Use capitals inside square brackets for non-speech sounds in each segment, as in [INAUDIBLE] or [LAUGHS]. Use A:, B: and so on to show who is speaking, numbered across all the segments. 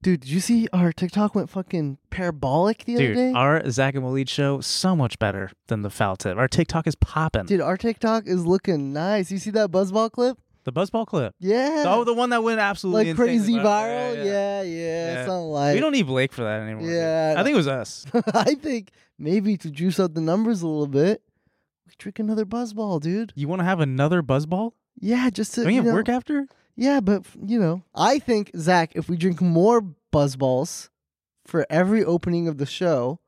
A: Dude, did you see our TikTok went fucking parabolic the
B: Dude,
A: other day?
B: our Zach and Walid show so much better than the foul tip. Our TikTok is popping.
A: Dude, our TikTok is looking nice. You see that buzzball clip?
B: The buzzball clip.
A: Yeah.
B: Oh, the one that went absolutely
A: like
B: insane.
A: crazy viral. Yeah, yeah.
B: Yeah, Yeah.
A: Something like
B: we don't e need Blake for that anymore. dude.
A: Yeah.
B: I think it was us.
A: [LAUGHS] I think maybe to juice up the numbers a little bit, we drink another buzzball, dude.
B: You want to have another buzzball?
A: Yeah, just to
B: Don't you
A: you
B: have
A: know,
B: work after?
A: Yeah, but f- you know, I think Zach, if we drink more buzzballs for every opening of the show,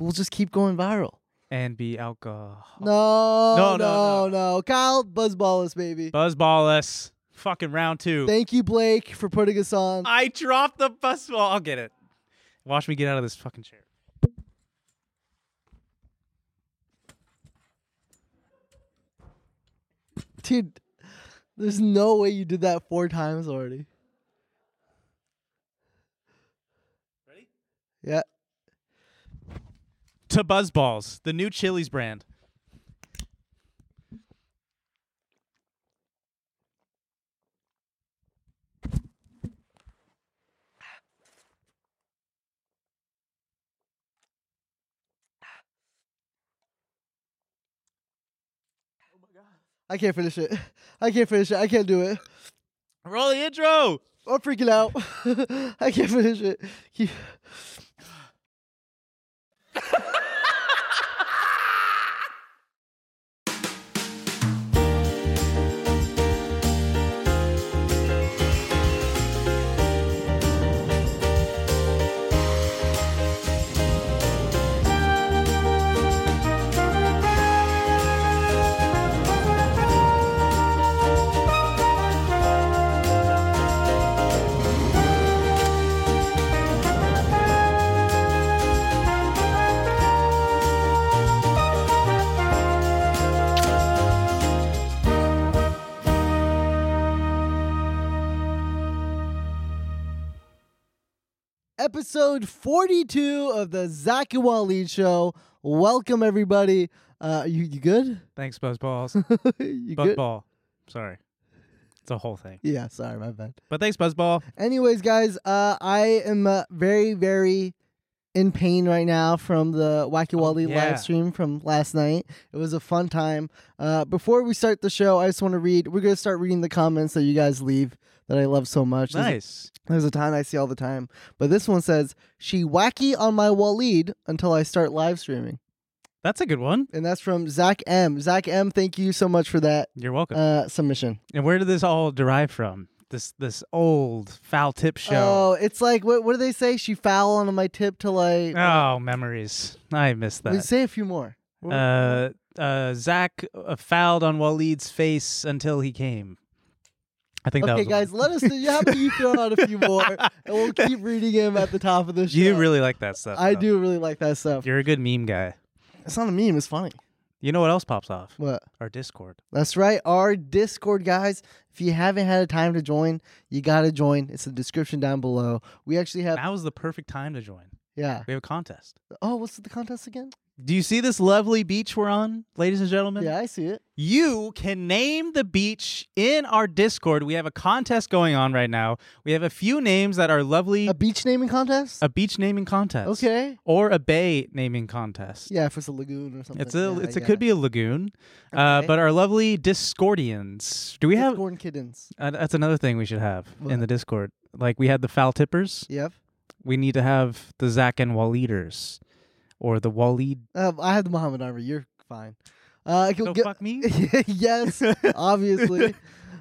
A: we'll just keep going viral.
B: And be alcohol.
A: No, no,
B: No, no,
A: no, no. Kyle, buzzball us, baby.
B: Buzzballless. Fucking round two.
A: Thank you, Blake, for putting us on.
B: I dropped the buzzball. I'll get it. Watch me get out of this fucking chair.
A: Dude, there's no way you did that four times already.
B: Ready?
A: Yeah.
B: To Buzzballs, the new Chili's brand.
A: I can't finish it. [LAUGHS] I can't finish it. I can't do it.
B: Roll the intro.
A: I'm freaking out. [LAUGHS] I can't finish it. You- Episode 42 of the Zach and Waleed Show. Welcome, everybody. Uh, you, you good? [LAUGHS]
B: Thanks, Buzzballs.
A: you good?
B: Buzzball. Sorry. It's a whole thing.
A: Yeah, sorry, my bad.
B: But thanks, Buzzball.
A: Anyways, guys, uh, I am uh, very, very in pain right now from the Wacky Wally
B: Oh, yeah.
A: live stream from last night. It was a fun time. Uh, before we start the show, I just want to read. We're gonna start reading the comments that you guys leave that I love so much. There's-
B: Nice.
A: There's a ton I see all the time, but this one says she wacky on my Waleed until I start live streaming,
B: That's a good one.
A: and that's from Zach M. Zach M, thank you so much for that
B: You're welcome.
A: uh, submission.
B: and where did this all derive from? This this old foul tip show.
A: Oh, it's like what? What do they say? She foul on my tip till I.
B: Oh, memories. I miss
A: We
B: that.
A: say a few more.
B: Uh, uh, Zach uh, fouled on Walid's face until he came. I think that
A: okay,
B: was the one.
A: guys, let us know. How about you throw out a few
B: [LAUGHS]
A: more, and we'll keep reading him at the top of the show.
B: You really like that stuff.
A: I
B: though.
A: do really like that stuff.
B: You're a good meme guy.
A: It's not a meme. It's funny.
B: You know what else pops off?
A: What?
B: Our Discord.
A: That's right. Our Discord, guys. If you haven't had a time to join, you gotta join. It's in the description down below. We actually have.
B: Now is the perfect time to join.
A: Yeah.
B: We have a contest.
A: Oh, what's the contest again?
B: Do you see this lovely beach we're on, ladies and gentlemen?
A: Yeah, I see it.
B: You can name the beach in our Discord. We have a contest going on right now. We have a few names that are lovely.
A: A beach naming contest.
B: a beach naming contest.
A: Okay.
B: Or a bay naming contest.
A: Yeah, if it's a lagoon or something.
B: It's a
A: Yeah,
B: it's a
A: yeah.
B: could be a lagoon, uh,
A: Okay.
B: but our lovely Discordians. Do we have?
A: Discord kittens.
B: Uh, that's another thing we should have in
A: What?
B: the Discord. Like we had the foul tippers.
A: Yep.
B: We need to have the Zach and Waleeders, or the Waleed.
A: Um, I have the Muhammad Army. You're fine. Uh, I can
B: Go
A: get- [LAUGHS]
B: fuck me.
A: yes, obviously.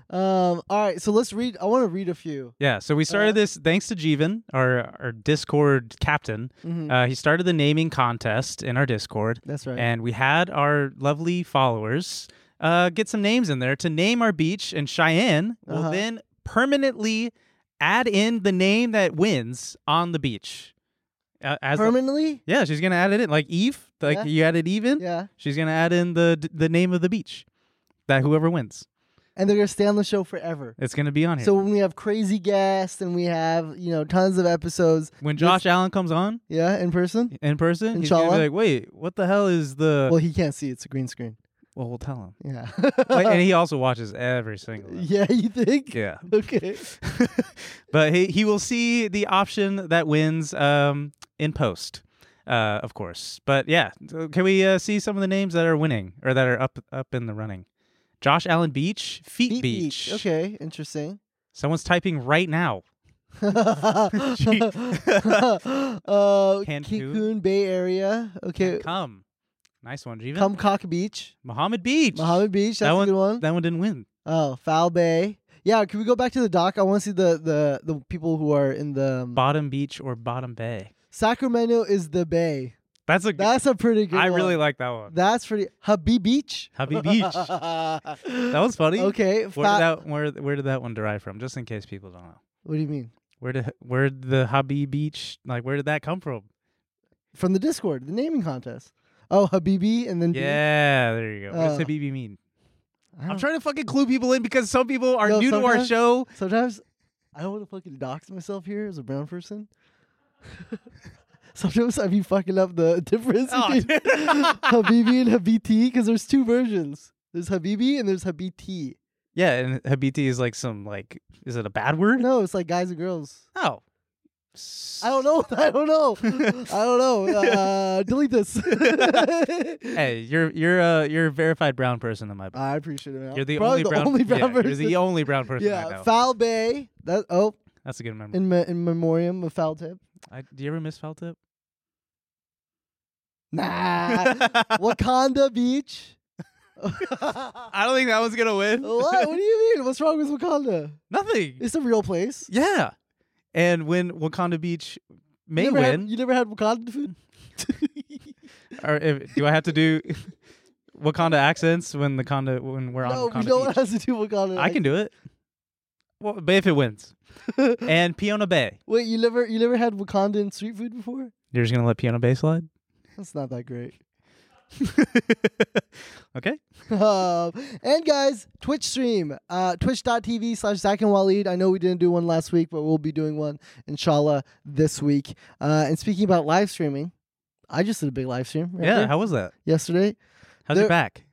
A: Um, all right, so let's read. I want to read a few.
B: Yeah. So we started
A: Uh,
B: this thanks to Jeevan, our our Discord captain.
A: Mhm.
B: Uh, he started the naming contest in our Discord.
A: That's right.
B: and we had our lovely followers uh, get some names in there to name our beach, and Cheyenne will
A: Uh-huh.
B: then permanently add in the name that wins on the beach. Uh, as the- [LAUGHS]
A: Permanently?
B: yeah, she's gonna add it in like Eve. Like
A: Yeah.
B: you added Eve in.
A: Yeah.
B: She's gonna add in the the name of the beach. That whoever wins,
A: And they're gonna stay on the show forever.
B: it's gonna be on here.
A: So when we have crazy guests and we have, you know, tons of episodes,
B: when Josh Allen comes on
A: yeah, in person.
B: in person, he's gonna be
A: Inshallah.
B: like, "Wait, what the hell is the?"
A: Well,
B: Well,
A: he can't see, it's a green screen.
B: we'll tell
A: [LAUGHS]
B: him.
A: Yeah.
B: Like, and he also watches every single. episode.
A: [LAUGHS] yeah, you think?
B: Yeah.
A: Okay.
B: but he, he will see the option that wins um, in post, uh, of course. But yeah, so can we uh, see some of the names that are winning or that are up up in the running? Josh Allen Beach, Feet,
A: Beat
B: Beach.
A: Beach. Okay, interesting.
B: [LAUGHS]
A: [LAUGHS]
B: Someone's typing right now. Gee.
A: uh,
B: Cancun.
A: Cancun Bay Area. Okay,
B: Can't Come. Nice one, Jeevan.
A: Cumcock Beach,
B: Mohammed Beach.
A: Mohammed Beach. That's
B: that
A: a
B: one,
A: good one.
B: That one didn't win.
A: oh, Foul Bay. Yeah, can we go back to the dock? I want to see the the the people who are in the um,
B: Bottom Beach or Bottom Bay.
A: Sacramento is the bay.
B: That's a.
A: That's a pretty good.
B: I
A: one.
B: really like that one.
A: That's pretty. Habib Beach. [LAUGHS]
B: Hubby Beach. That
A: that
B: was funny.
A: okay.
B: Where did
A: fa-
B: that where where did that one derive from? Just in case people don't know.
A: what do you mean?
B: Where did [LAUGHS] where did the hobby beach like where did that come from?
A: From the Discord, the naming contest. Oh, Habibi, and then B?
B: Yeah, there you go. What does
A: Uh,
B: Habibi mean?
A: I
B: I'm
A: don't-
B: trying to fucking clue people in because some people are
A: Yo,
B: new to our
A: sometimes- [LAUGHS]
B: show.
A: Sometimes I don't want to fucking dox myself here as a brown person. [LAUGHS] Sometimes I be fucking up the [LAUGHS] difference
B: Oh, [LAUGHS]
A: between Habibi and Habiti because there's two versions. There's Habibi and there's Habiti.
B: Yeah, and Habiti is like some like is it a bad word?
A: No, it's like guys and girls.
B: Oh.
A: I don't know. [LAUGHS] I don't know. I don't know. Uh, delete this.
B: [LAUGHS] Hey, you're you're uh you're a verified brown person in my book.
A: [LAUGHS] I appreciate it.
B: You're the
A: Probably
B: only brown,
A: only
B: [LAUGHS] yeah,
A: brown person.
B: You're the only brown person I
A: yeah,
B: know.
A: Foul Bay. That oh,
B: That's a good memory.
A: in me- in memoriam of Foul Tip.
B: I, do you ever miss felt tip? [LAUGHS]
A: Nah. Wakanda Beach.
B: I don't think that one's gonna win.
A: [LAUGHS] What? What do you mean? What's wrong with Wakanda?
B: Nothing.
A: It's a real place.
B: Yeah. And when Wakanda Beach may
A: you never had-
B: win,
A: you never had Wakanda food? [LAUGHS]
B: or if, do I have to do [LAUGHS] Wakanda accents when the Conda when we're
A: no,
B: on
A: we
B: Wakanda
A: don't
B: Beach?
A: have to do Wakanda.
B: I can do it. Well, but if it
A: [LAUGHS]
B: wins, and Peona Bay,
A: Wait, you never you never had Wakandan street food before?
B: you're just gonna let Peona Bay slide? [LAUGHS]
A: That's not that great. [LAUGHS]
B: okay.
A: um, and guys, Twitch stream, uh, twitch.tv slash Zach and Waleed. I know we didn't do one last week, but we'll be doing one, inshallah, this week. Uh, and speaking about live streaming, I just did a big live stream right
B: yeah.
A: there
B: How was that?
A: yesterday.
B: How's
A: There-
B: your back?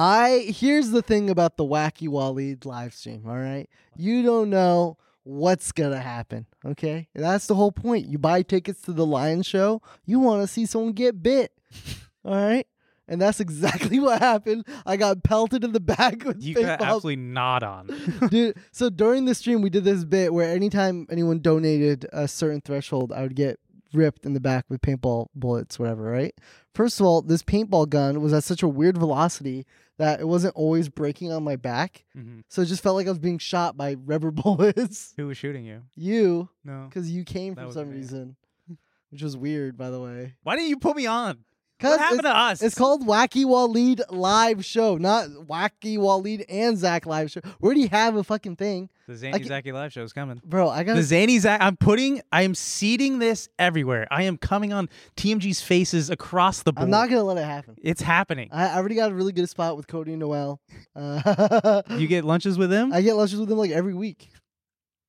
A: I here's the thing about the wacky Waleed live stream, all right? You don't know what's gonna happen, okay? And that's the whole point. You buy tickets to the lion show, you wanna see someone get bit. All right? And that's [LAUGHS] exactly what happened. I got pelted in the back with
B: You
A: fake
B: got
A: balls.
B: absolutely
A: [LAUGHS]
B: not on. Mm-hmm.
A: Dude, so during the stream we did this bit where anytime anyone donated a certain threshold, I would get ripped in the back with paintball bullets, whatever, right? First of all, this paintball gun was at such a weird velocity that it wasn't always breaking on my back.
B: Mhm.
A: So it just felt like I was being shot by [LAUGHS] rubber bullets.
B: Who was shooting you?
A: you,
B: No.
A: because you came
B: That
A: for
B: was
A: some
B: me.
A: reason,
B: [LAUGHS]
A: which was weird, by the way.
B: Why didn't you put me on?
A: 'Cause
B: What happened
A: it's-
B: to us?
A: It's called Wacky Waleed Live Show, not Wacky Waleed and Zach Live Show. We already have a fucking thing.
B: the
A: I
B: Zany
A: ca-
B: Zaki live show is coming.
A: Bro, I got
B: The Zany Zach, I'm putting, I am seeding this everywhere. I am coming on TMG's faces across the board.
A: I'm not Uh, gonna let it happen.
B: It's happening.
A: I I already got a really good spot with Cody and Noel. Uh,
B: You get lunches with
A: [LAUGHS]
B: them?
A: I get lunches with them like every week.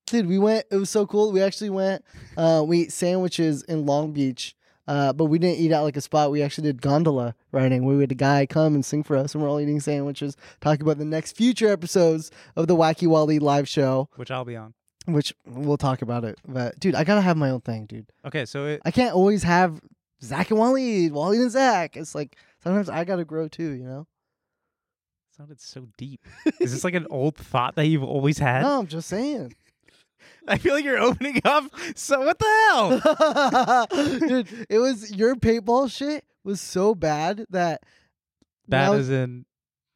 A: Dude, we went. It was so cool. We actually went. Uh, we ate sandwiches in Long Beach, uh, but we didn't eat out like a spot. We actually did gondola riding, where we had a guy come and sing for us, and we're all eating sandwiches, talking about the next future episodes of the Wacky Wally live show,
B: Which I'll be on.
A: which we'll talk about it. But dude, I gotta have my own thing, dude.
B: Okay, so it,
A: I can't always have Zach and Wally, Wally and Zach. It's like sometimes I gotta grow too, you know.
B: sounded so deep. Is this
A: [LAUGHS]
B: like an old thought that you've always had?
A: No, I'm just saying.
B: [LAUGHS] I feel like you're opening up. So what
A: [LAUGHS]
B: the hell? Oh.
A: Dude, it was your paintball shit was so bad that
B: Bad
A: now-
B: as in,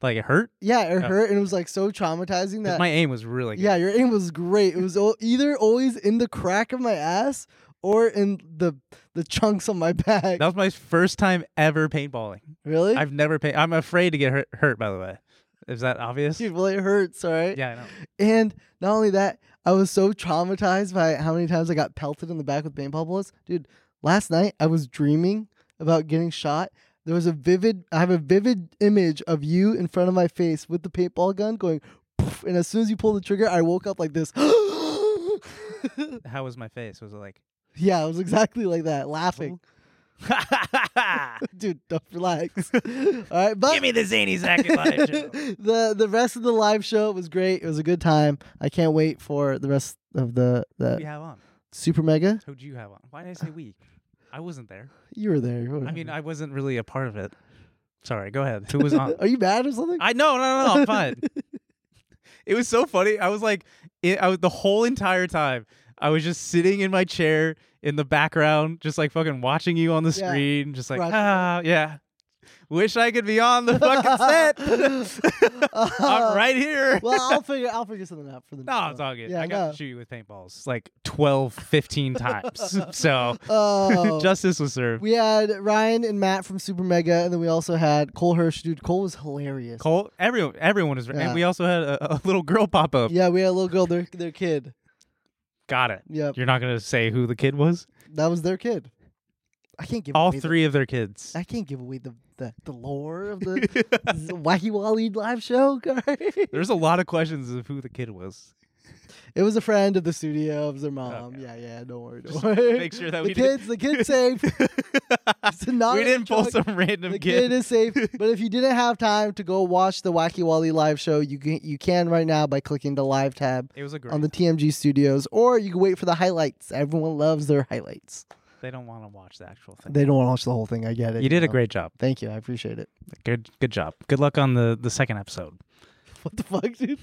B: like it hurt.
A: yeah, it
B: Oh.
A: hurt and it was like so traumatizing
B: 'Cause
A: that
B: My aim was really good.
A: yeah, your aim was great. It was o- either always in the crack of my ass or in the the chunks on my [LAUGHS] back.
B: That was my first time ever paintballing.
A: Really,
B: I've never paint. I'm afraid to get hurt. Hurt, by the way. Is that obvious?
A: dude? Well, it hurts, all right.
B: Yeah, I know.
A: And not only that, I was so traumatized by how many times I got pelted in the back with paintball bullets. Dude, last night I was dreaming about getting shot. There was a vivid, I have a vivid image of you in front of my face with the paintball gun going, poof, and as soon as you pull the trigger, I woke up like this. [LAUGHS]
B: How was my face? Was
A: [LAUGHS]
B: it like, [LAUGHS]
A: yeah, it was exactly like that, laughing. [LAUGHS] Dude, don't relax. [LAUGHS] All right, but
B: give me the zany Zach and [LAUGHS] Lion show.
A: [LAUGHS] the the rest of the live show was great. It was a good time. I can't wait for the rest of the the
B: We have on.
A: super mega.
B: Who'd you have on? Why did I say we? I wasn't there.
A: You were there.
B: I mean, I wasn't really a part of it. Sorry, go ahead. Who was on?
A: are you mad or something?
B: [LAUGHS] I no, no, no, no. I'm fine. [LAUGHS] it was so funny. I was like, it, I was the whole entire time. I was just sitting in my chair in the background, just like fucking watching you on the
A: Yeah.
B: screen, just like
A: Watching.
B: ah, yeah. Wish I could be on [LAUGHS] the fucking
A: [LAUGHS]
B: [LAUGHS] set. I'm right here.
A: well, I'll figure I'll figure something out for the
B: No,
A: next
B: it's all good.
A: Yeah,
B: I got
A: no.
B: to shoot you with paintballs like
A: [LAUGHS]
B: 12, 15 times. [LAUGHS] so [LAUGHS]
A: Oh,
B: justice was served.
A: we had Ryan and Matt from Super Mega, and then we also had Cole Hirsch. Dude, Cole was hilarious.
B: Cole, everyone, everyone is.
A: Yeah.
B: And we also had a, a little girl pop up.
A: Yeah, we had a little girl, their their kid.
B: Got it.
A: Yep,
B: You're not gonna say who the kid was.
A: that was their kid. I can't give
B: All
A: away the-
B: three of
A: [LAUGHS]
B: their kids. [LAUGHS]
A: I can't give away the the, the lore of the the Wacky Wally live show. guys.
B: There's a lot of questions of who the kid was. [LAUGHS]
A: it was a friend of the studio. It was their mom.
B: Okay.
A: Yeah, yeah. Don't worry. Don't
B: Just
A: worry.
B: make sure that
A: the
B: we didn't-
A: kids, the kids
B: [LAUGHS]
A: safe. [LAUGHS] It's not
B: we
A: in
B: didn't
A: the
B: pull
A: truck.
B: some random
A: The
B: kid.
A: kid is
B: [LAUGHS]
A: safe. But if you didn't have time to go watch the Wacky Wally live show, you can you can right now by clicking the live tab
B: It was a girl.
A: on the TMG Studios, or you can wait for the highlights. Everyone loves their highlights.
B: they don't want to watch the actual thing.
A: They don't want to watch the whole thing. I get it.
B: you did a
A: know.
B: great job.
A: Thank you. I appreciate it. [LAUGHS]
B: Good, good job. Good luck on the the second episode.
A: What the fuck, dude?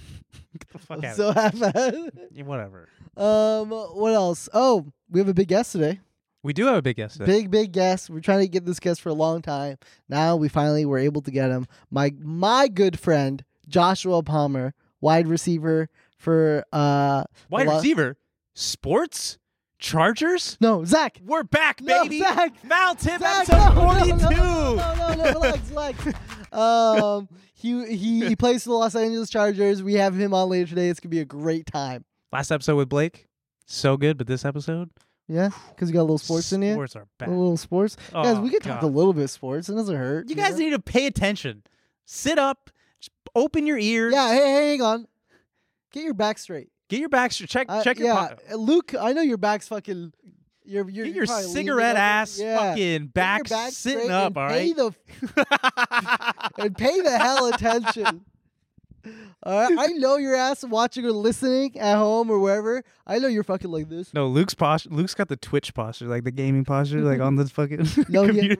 B: Get
A: [LAUGHS]
B: the fuck out.
A: So half-assed. [LAUGHS]
B: of here. Whatever.
A: Um, what else? Oh, we have a big guest today.
B: We do have a big guest. today.
A: Big, big guest. We're trying to get this guest for a long time. Now we finally were able to get him. My my good friend Joshua Palmer, wide receiver for uh
B: Wide
A: Hello?
B: receiver, sports, Chargers.
A: no Zach.
B: We're back,
A: No,
B: baby.
A: Zach!
B: Foul tip
A: Zach, [LAUGHS]
B: episode
A: no, no,
B: 42.
A: No, no, no, no, no, relax, relax. Um, [LAUGHS] he he
B: [LAUGHS]
A: he plays for the Los Angeles Chargers. We have him on later today. It's gonna be a great time.
B: Last episode with Blake, so good, but this episode,
A: Yeah, because we got a little sports in here.
B: Sports are
A: A
B: back.
A: little sports, guys.
B: Oh,
A: We could talk
B: God.
A: a little bit sports. It doesn't hurt.
B: You guys
A: know?
B: need to pay attention. Sit up. Just open your ears.
A: Yeah, hey, hey, hang on. Get your back straight.
B: Get your back straight. Check
A: I-
B: check your
A: yeah,
B: po-
A: uh, Luke. I know your back's fucking. Your your,
B: Get your
A: probably leaning
B: cigarette
A: over.
B: ass
A: yeah.
B: fucking
A: Get your
B: back,
A: straight
B: sitting
A: and
B: up, all
A: Pay
B: right?
A: the
B: [LAUGHS]
A: [LAUGHS] and pay the hell attention. All right, I know your ass watching or listening at home or wherever. I know you're fucking like
B: [LAUGHS]
A: this.
B: no, Luke's posture. Luke's got the Twitch posture, like the gaming posture, like
A: [LAUGHS]
B: on the fucking
A: No, he ain't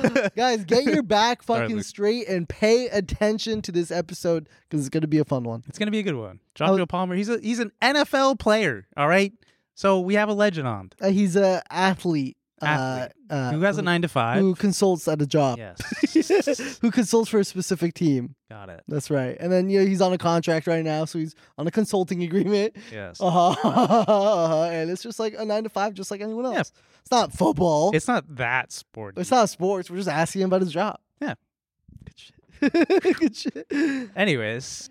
B: computer.
A: Guys, get your back
B: Sorry,
A: fucking
B: Luke.
A: straight and pay attention to this episode because it's gonna be a fun one.
B: [LAUGHS] it's gonna be a good one.
A: Oh.
B: Joshua Palmer. He's a he's an NFL player. All right. So we have a legend on
A: Uh, he's a athlete.
B: Athlete.
A: Uh, uh,
B: who has a nine to five.
A: who consults at a job. [LAUGHS]
B: yes. [LAUGHS]
A: Who consults for a specific team?
B: got it.
A: That's right. And then you know, he's on a contract right now, so he's on a consulting [LAUGHS] agreement.
B: Yes.
A: Uh-huh, uh-huh, [LAUGHS] and it's just like a nine to five, just like anyone else.
B: Yeah.
A: It's not football. It's,
B: It's not that sporty.
A: not sports. We're just asking him about his job.
B: Yeah.
A: Good shit. [LAUGHS] Good shit.
B: Anyways,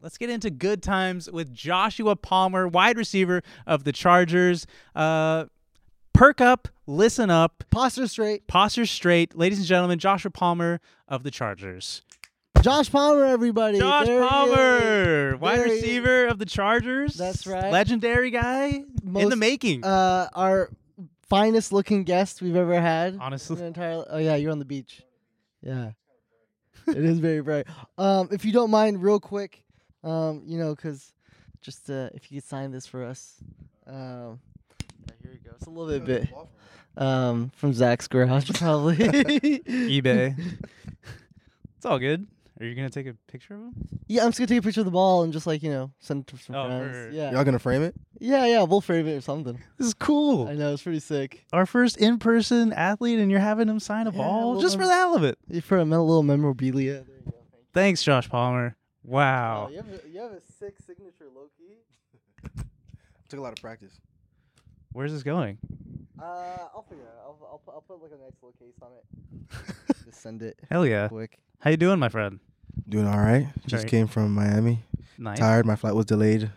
B: Let's get into good times with Joshua Palmer, wide receiver of the Chargers. Uh, perk up, listen up,
A: Posture straight.
B: posture straight. Ladies and gentlemen, Joshua Palmer of the Chargers.
A: Josh Palmer, everybody.
B: Josh
A: There he is.
B: Palmer, wide
A: There he-
B: receiver of the Chargers.
A: That's right.
B: Legendary guy in the
A: Most-
B: making.
A: Uh, our finest looking guest we've ever had. [LAUGHS]
B: Honestly.
A: In an entire- oh yeah, you're on the beach. Yeah, it is very bright. Um, if you don't mind, real quick, um, you know, cause just uh, if you could sign this for us. Um, yeah, here you go. It's a little bit bit um, from Zach's garage, [LAUGHS] probably.
B: [LAUGHS] eBay. it's all good. Are you gonna take a picture of him?
A: yeah, I'm just gonna take a picture of the ball and just like you know send it to some
B: Oh,
A: friends.
B: for-
A: Yeah,
C: Y'all gonna frame it?
A: yeah, yeah. We'll frame it or something.
B: This is
A: I
B: cool.
A: know it's pretty sick.
B: Our first in-person athlete, and you're having him sign a
A: Yeah,
B: ball
A: well,
B: just for
A: um,
B: the hell of it.
A: For a me- little memorabilia. There you go.
B: Thanks, Josh Palmer. Wow.
A: you, have a, you have a sick signature, Loki.
C: Took a lot of practice.
B: Where's this going?
A: Uh, I'll figure it out. I'll, I'll, pu- I'll put like a nice little case on it. Just send it
B: Hell yeah.
A: quick.
B: How you doing, my friend?
C: Doing all right. Just
B: Right.
C: came from Miami.
B: Nice.
C: Tired. My flight was delayed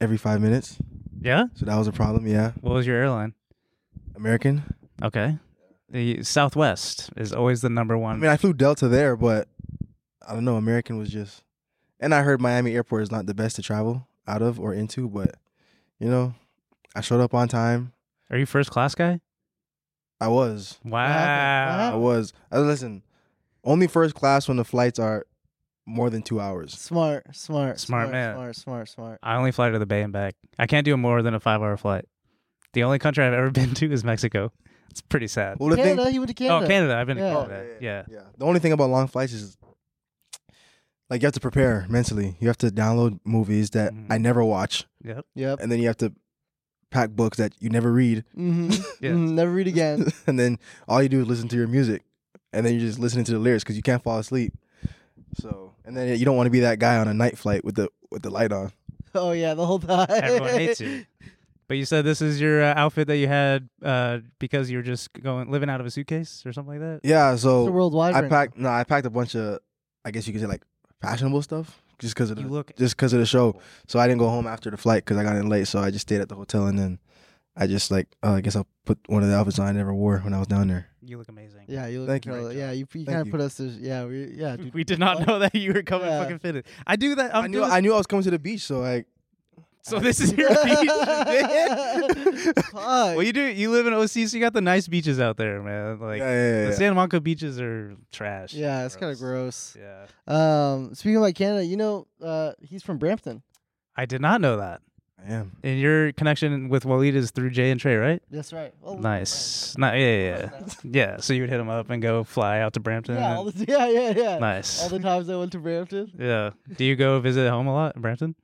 C: every five minutes,
B: Yeah.
C: so that was a problem. Yeah,
B: What was your airline?
C: American.
B: Okay. The Southwest is always the number
C: I
B: one.
C: mean, I flew Delta there, but I don't know. American was just, and I heard Miami Airport is not the best to travel out of or into, but you know, I showed up on time.
B: Are you first class guy?
C: I was. I
B: Wow.
A: happened?
C: was. I listen. Only first class when the flights are more than two hours.
A: Smart, smart,
B: Smart man.
A: smart, smart, smart.
B: I only fly to the Bay and back. I can't do more than a five-hour flight. The only country I've ever [LAUGHS] been to is Mexico. It's pretty sad.
C: Well, the thing,
A: Canada, he went to Canada.
B: Oh, Canada! I've been
A: Yeah.
B: to
A: Oh,
B: Canada. Yeah.
C: yeah. The only thing about long flights is like you have to prepare mentally. You have to download movies that
B: Mhm.
C: I never watch,
B: Yep.
A: Yep.
C: and then you have to pack books that you never read,
A: [LAUGHS]
C: [LAUGHS]
A: Mm-hmm.
B: [LAUGHS] Yeah.
A: Never read again.
C: and then all you do is listen to your music, and then you're just listening to the lyrics because you can't fall asleep. So, and then you don't want to be that guy on a night flight with the with the light on.
A: oh yeah, the whole time.
B: Everyone
A: [LAUGHS]
B: hates you. But you said this is your uh, outfit that you had uh, because you were just going living out of a suitcase or something like that.
C: Yeah.
A: It's a
C: So
A: worldwide.
C: I
A: right
C: packed. No, I packed a bunch of. I guess you could say like fashionable stuff just because of the,
B: You look
C: just because of the show. So I didn't go home after the flight because I got in late. So I just stayed at the hotel and then I just like uh, I guess I'll put one of the outfits on I never wore when I was down there.
B: You look amazing.
A: now. Yeah, you. look
C: Thank you.
A: incredible.
C: Great
A: Yeah, you. You
C: Thank
A: kind of
C: you.
A: put us. To, yeah, we.
B: [LAUGHS]
A: Yeah, dude.
B: We did not know that you were coming
A: Yeah.
B: fucking fitted. I do that.
A: Um,
B: I'm
C: I knew
B: doing-
C: I knew I was coming to the beach, so I
B: so this
A: [LAUGHS]
B: is your [LAUGHS] beach. man.
A: Fuck.
B: well, you do. You live in OC, so you got the nice beaches out there, man. Like
C: yeah, yeah, yeah,
B: the
C: yeah.
B: San Monica beaches are trash.
A: yeah, it's kind of gross.
B: Yeah,
A: Um, speaking about Canada, you know, uh, he's from Brampton.
B: I did not know that.
C: I am.
B: And your connection with Walid is through Jay and Trey, right?
A: That's right. Well,
B: Nice. Ni- yeah, yeah, yeah. Yeah, So you would hit him up and go fly out to Brampton.
A: Yeah, all
B: and-
A: the, [LAUGHS] yeah, yeah, yeah.
B: nice.
A: All the times I went to Brampton.
B: Yeah. Do you go visit home a lot in Brampton?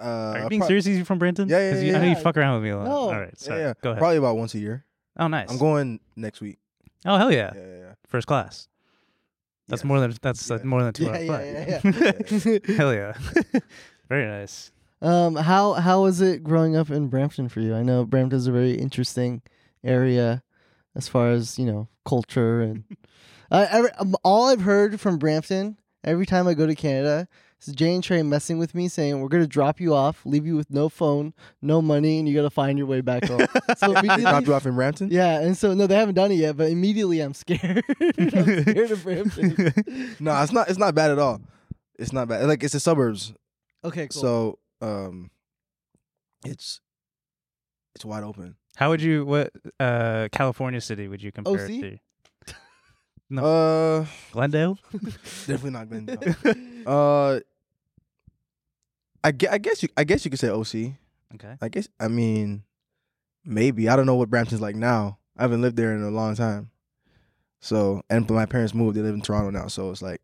C: Uh,
B: Are you
C: I
B: being
C: pro-
B: serious? Is you from Brampton?
C: Yeah, yeah,
B: 'Cause you- I know
A: yeah,
B: you
A: yeah.
B: fuck around with me a lot.
A: No.
B: All right.
C: Yeah,
B: Sorry.
C: yeah.
B: Go ahead.
C: Probably about once a year.
B: oh, nice.
C: I'm going next week.
B: oh, hell yeah.
C: Yeah, yeah, yeah.
B: First class. That's
C: Yeah.
B: more than that's uh,
C: Yeah.
B: more than two
A: Yeah,
B: hours.
A: yeah,
B: [LAUGHS]
A: yeah,
B: hell yeah. [LAUGHS] Very nice.
A: Um, how how was it growing up in Brampton for you? I know Brampton's a very interesting area, as far as you know, culture
C: [LAUGHS]
A: and uh, every, um, all I've heard from Brampton every time I go to Canada is Jay and Trey messing with me, saying we're gonna drop you off, leave you with no phone, no money, and you gotta find your way back home. [LAUGHS]
C: [LAUGHS]
A: so
C: They dropped
A: immediately
C: you off in Brampton.
A: Yeah, and so no, they haven't done it yet, but immediately I'm scared. [LAUGHS] I'm scared of Brampton.
C: [LAUGHS] No, it's not. It's not bad at all. It's not bad. Like it's the suburbs,
A: Okay, cool. [LAUGHS]
C: so um, it's it's wide open.
B: How would you what uh California city would you compare
A: OC?
B: it to? No.
C: Uh,
B: Glendale?
C: definitely not been.
A: [LAUGHS]
C: down. Uh, I, gue- I guess you I guess you could say OC.
B: Okay.
C: I guess I mean maybe I don't know what Brampton's like now. I haven't lived there in a long time. So and my parents moved. They live in Toronto now. So it's like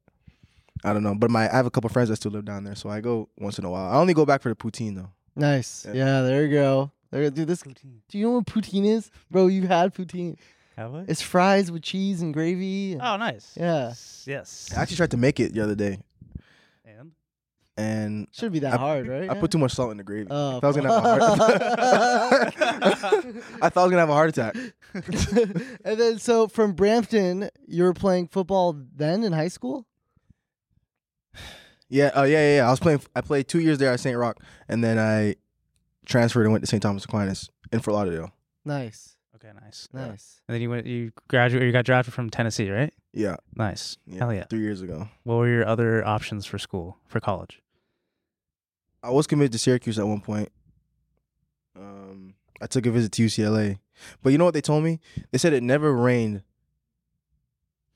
C: I don't know. But my I have a couple friends that still live down there. So I go once in a while. I only go back for the poutine though.
A: nice.
C: Yeah.
A: Yeah, there you go. There, dude, this. Do you know what poutine Mm. is, bro? You had poutine.
B: Have I?
A: It's fries with cheese and gravy. and-
B: Oh nice.
A: Yeah.
B: S- Yes.
C: I actually tried to make it the other day,
B: and
C: and
A: Shouldn't be that
C: I-
A: hard, right?
C: I put too much salt in the gravy.
A: Oh,
C: I thought I was gonna have a heart.
A: [LAUGHS] fuck.
C: I thought I was gonna have a heart attack.
A: and then, so from Brampton, you were playing football then in high school.
C: Yeah, oh yeah, yeah, yeah. I was playing. I played two years there at Saint Rock, and then I transferred and went to Saint Thomas Aquinas in Fort Lauderdale.
A: Nice.
B: Okay, nice.
A: Nice.
B: And then you went, you graduated, you got drafted from Tennessee, right?
C: Yeah,
B: Nice.
C: Yeah.
B: Hell yeah.
C: three years ago.
B: What were your other options for school, for college?
C: I was committed to Syracuse at one point. Um, I took a visit to UCLA, but you know what they told me? They said it never rained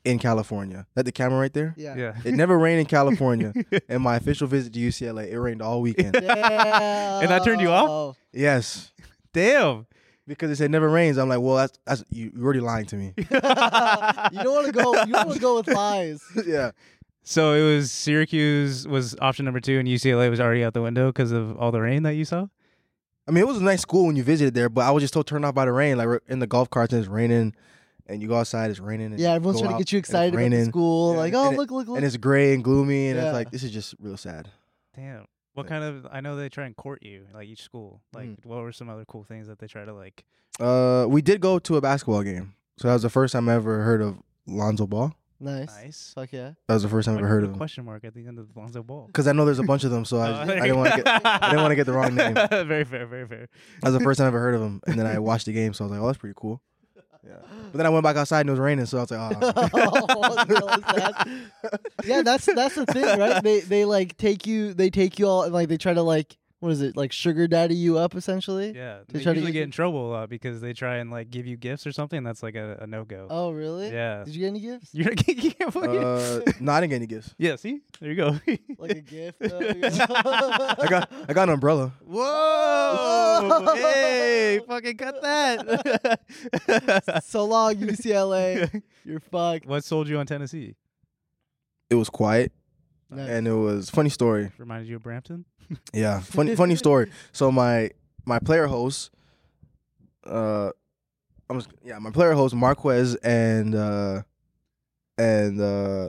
C: in California. That the camera right there.
A: Yeah.
C: It never rained
B: [LAUGHS]
C: in California. and my official visit to UCLA, it rained all weekend. [LAUGHS]
B: And I turned you off?
C: yes,
B: Damn.
C: because it said never rains. I'm like, well, that's, that's you, you're already lying to me.
A: Damn. [LAUGHS] you don't want to go. You don't want to go with
C: [LAUGHS]
A: lies.
C: yeah,
B: So it was Syracuse was option number two, and UCLA was already out the window because of all the rain that you saw.
C: I mean, it was a nice school when you visited there, but I was just so turned off by the rain. Like we're in the golf carts and it's raining, and you go outside, it's raining. And
A: Yeah, everyone's
C: go
A: trying to
C: out,
A: get you
C: and it's
A: excited about the
C: raining.
A: school.
C: Yeah,
A: like,
C: and
A: oh,
C: it-
A: look, look, look.
C: and it's gray and gloomy, and
A: Yeah.
C: it's like this is just real sad.
B: Damn. What
C: Yeah.
B: kind of? I know they try and court you, like each school. Like,
C: Mm.
B: what were some other cool things that they try to like?
C: Uh, we did go to a basketball game, so that was the first time I ever heard of Lonzo Ball.
A: nice.
B: Nice.
A: Fuck yeah.
C: That was the first time I
B: Like,
C: ever heard
B: a
C: of him.
B: question mark at the end of Lonzo
C: [LAUGHS]
B: Ball.
C: Because I know there's a bunch of
B: [LAUGHS]
C: them, so I,
B: Oh,
C: I
B: there
C: didn't
B: you
C: want to
B: go.
C: get. I didn't want to get the wrong name.
B: [LAUGHS]
C: That
B: very fair. Very
C: [LAUGHS]
B: fair.
C: was the first time I ever heard of him, and then I watched the game, so I was like, "Oh, that's pretty cool." Yeah. But then I went back outside and it was raining, so I
A: [LAUGHS]
C: was like, "Oh."
A: Oh, really sad. yeah, that's that's the thing, right? They they like take you, they take you all, and like they try to like what is it, like sugar daddy you up essentially?
B: Yeah.
A: They
B: They
A: try to
B: usually
A: get
B: get
A: you-
B: in trouble a lot because they try and like give you gifts or something. That's like a, a no go.
A: Oh, really?
B: Yeah.
A: Did you get any gifts?
B: [LAUGHS] You're you [LAUGHS] can't fucking-
C: uh, no, I didn't get any gifts.
B: yeah. See, there you
C: [LAUGHS]
B: go.
A: [LAUGHS] Like a gift? Oh, though?
C: I got I got an umbrella.
B: Whoa! hey,
A: [LAUGHS]
B: fucking cut
C: [LAUGHS]
B: that.
A: so long, UCLA. You're fucked.
B: [LAUGHS] what sold you on Tennessee?
C: It was quiet,
A: Nice.
C: and it was funny story.
B: Reminded you of Brampton?
C: Yeah, funny funny story. So my my player host, uh, I'm just, yeah, my player host Marquez and uh, and uh,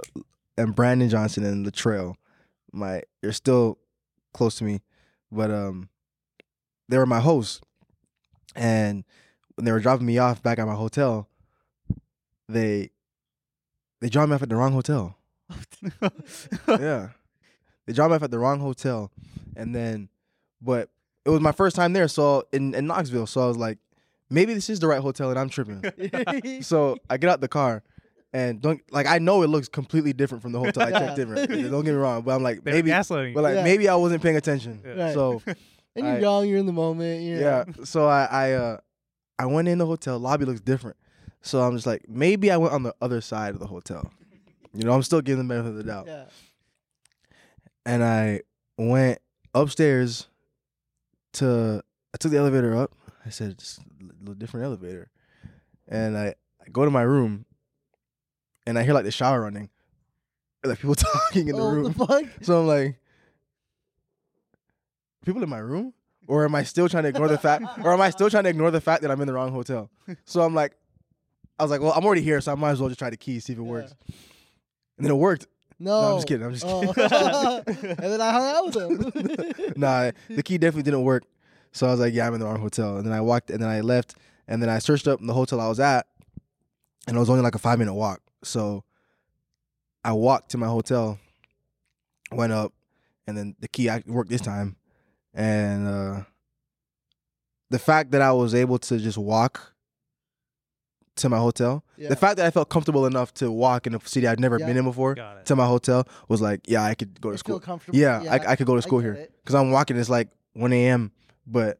C: and Brandon Johnson and Latrell, my they're still close to me, but um, they were my hosts, and when they were dropping me off back at my hotel, they they dropped me off at the wrong hotel yeah. They dropped me off at the wrong hotel. And then, but it was my first time there. So in, in Knoxville. So I was like, maybe this is the right hotel and I'm
A: [LAUGHS]
C: tripping. so I get out the car and don't, like, I know it looks completely different from the hotel I checked in. right? Don't get me wrong. But I'm like,
B: They
C: maybe,
B: were gaslighting.
C: but like,
A: Yeah.
C: maybe I wasn't paying attention.
B: Yeah.
A: [LAUGHS] Right.
C: [LAUGHS] So
A: and you're
C: I-
A: young, you're in the moment. You know.
C: yeah. So I, I, uh, I went in the hotel lobby looks different. So I'm just like, maybe I went on the other side of the hotel. You know, I'm still giving the benefit of the doubt.
A: Yeah.
C: and I went upstairs to I took the elevator up. I said just a little different elevator. And I, I go to my room and I hear like the shower running. Like people [LAUGHS] talking in the
A: oh,
C: room.
A: the
C: [LAUGHS]
A: fuck?
C: so I'm like people in my room? Or am I still trying to ignore the fact or am I still trying to ignore the fact that I'm in the wrong hotel? So I'm like I was like, well, I'm already here, so I might as well just try the key, see if it works. And then it worked.
A: No.
C: No, I'm just kidding. I'm just kidding.
A: Oh. [LAUGHS] and then I hung out with
C: [LAUGHS]
A: him.
C: nah, the key definitely didn't work. So I was like, yeah, I'm in the wrong hotel. And then I walked and then I left and then I searched up the hotel I was at and it was only like a five minute walk. So I walked to my hotel, went up, and then the key act- worked this time. And uh, the fact that I was able to just walk to my hotel,
A: Yeah.
C: the fact that I felt comfortable enough to walk in a city I've never
A: Yeah.
C: been in before
B: Got it.
C: to my hotel was like, yeah, I could go
A: I
C: to
A: feel
C: school.
A: comfortable.
C: Yeah,
A: Yeah,
C: I, I could go to
A: I
C: school
A: get
C: here
A: it.
C: because I'm walking. It's like 1 a.m., but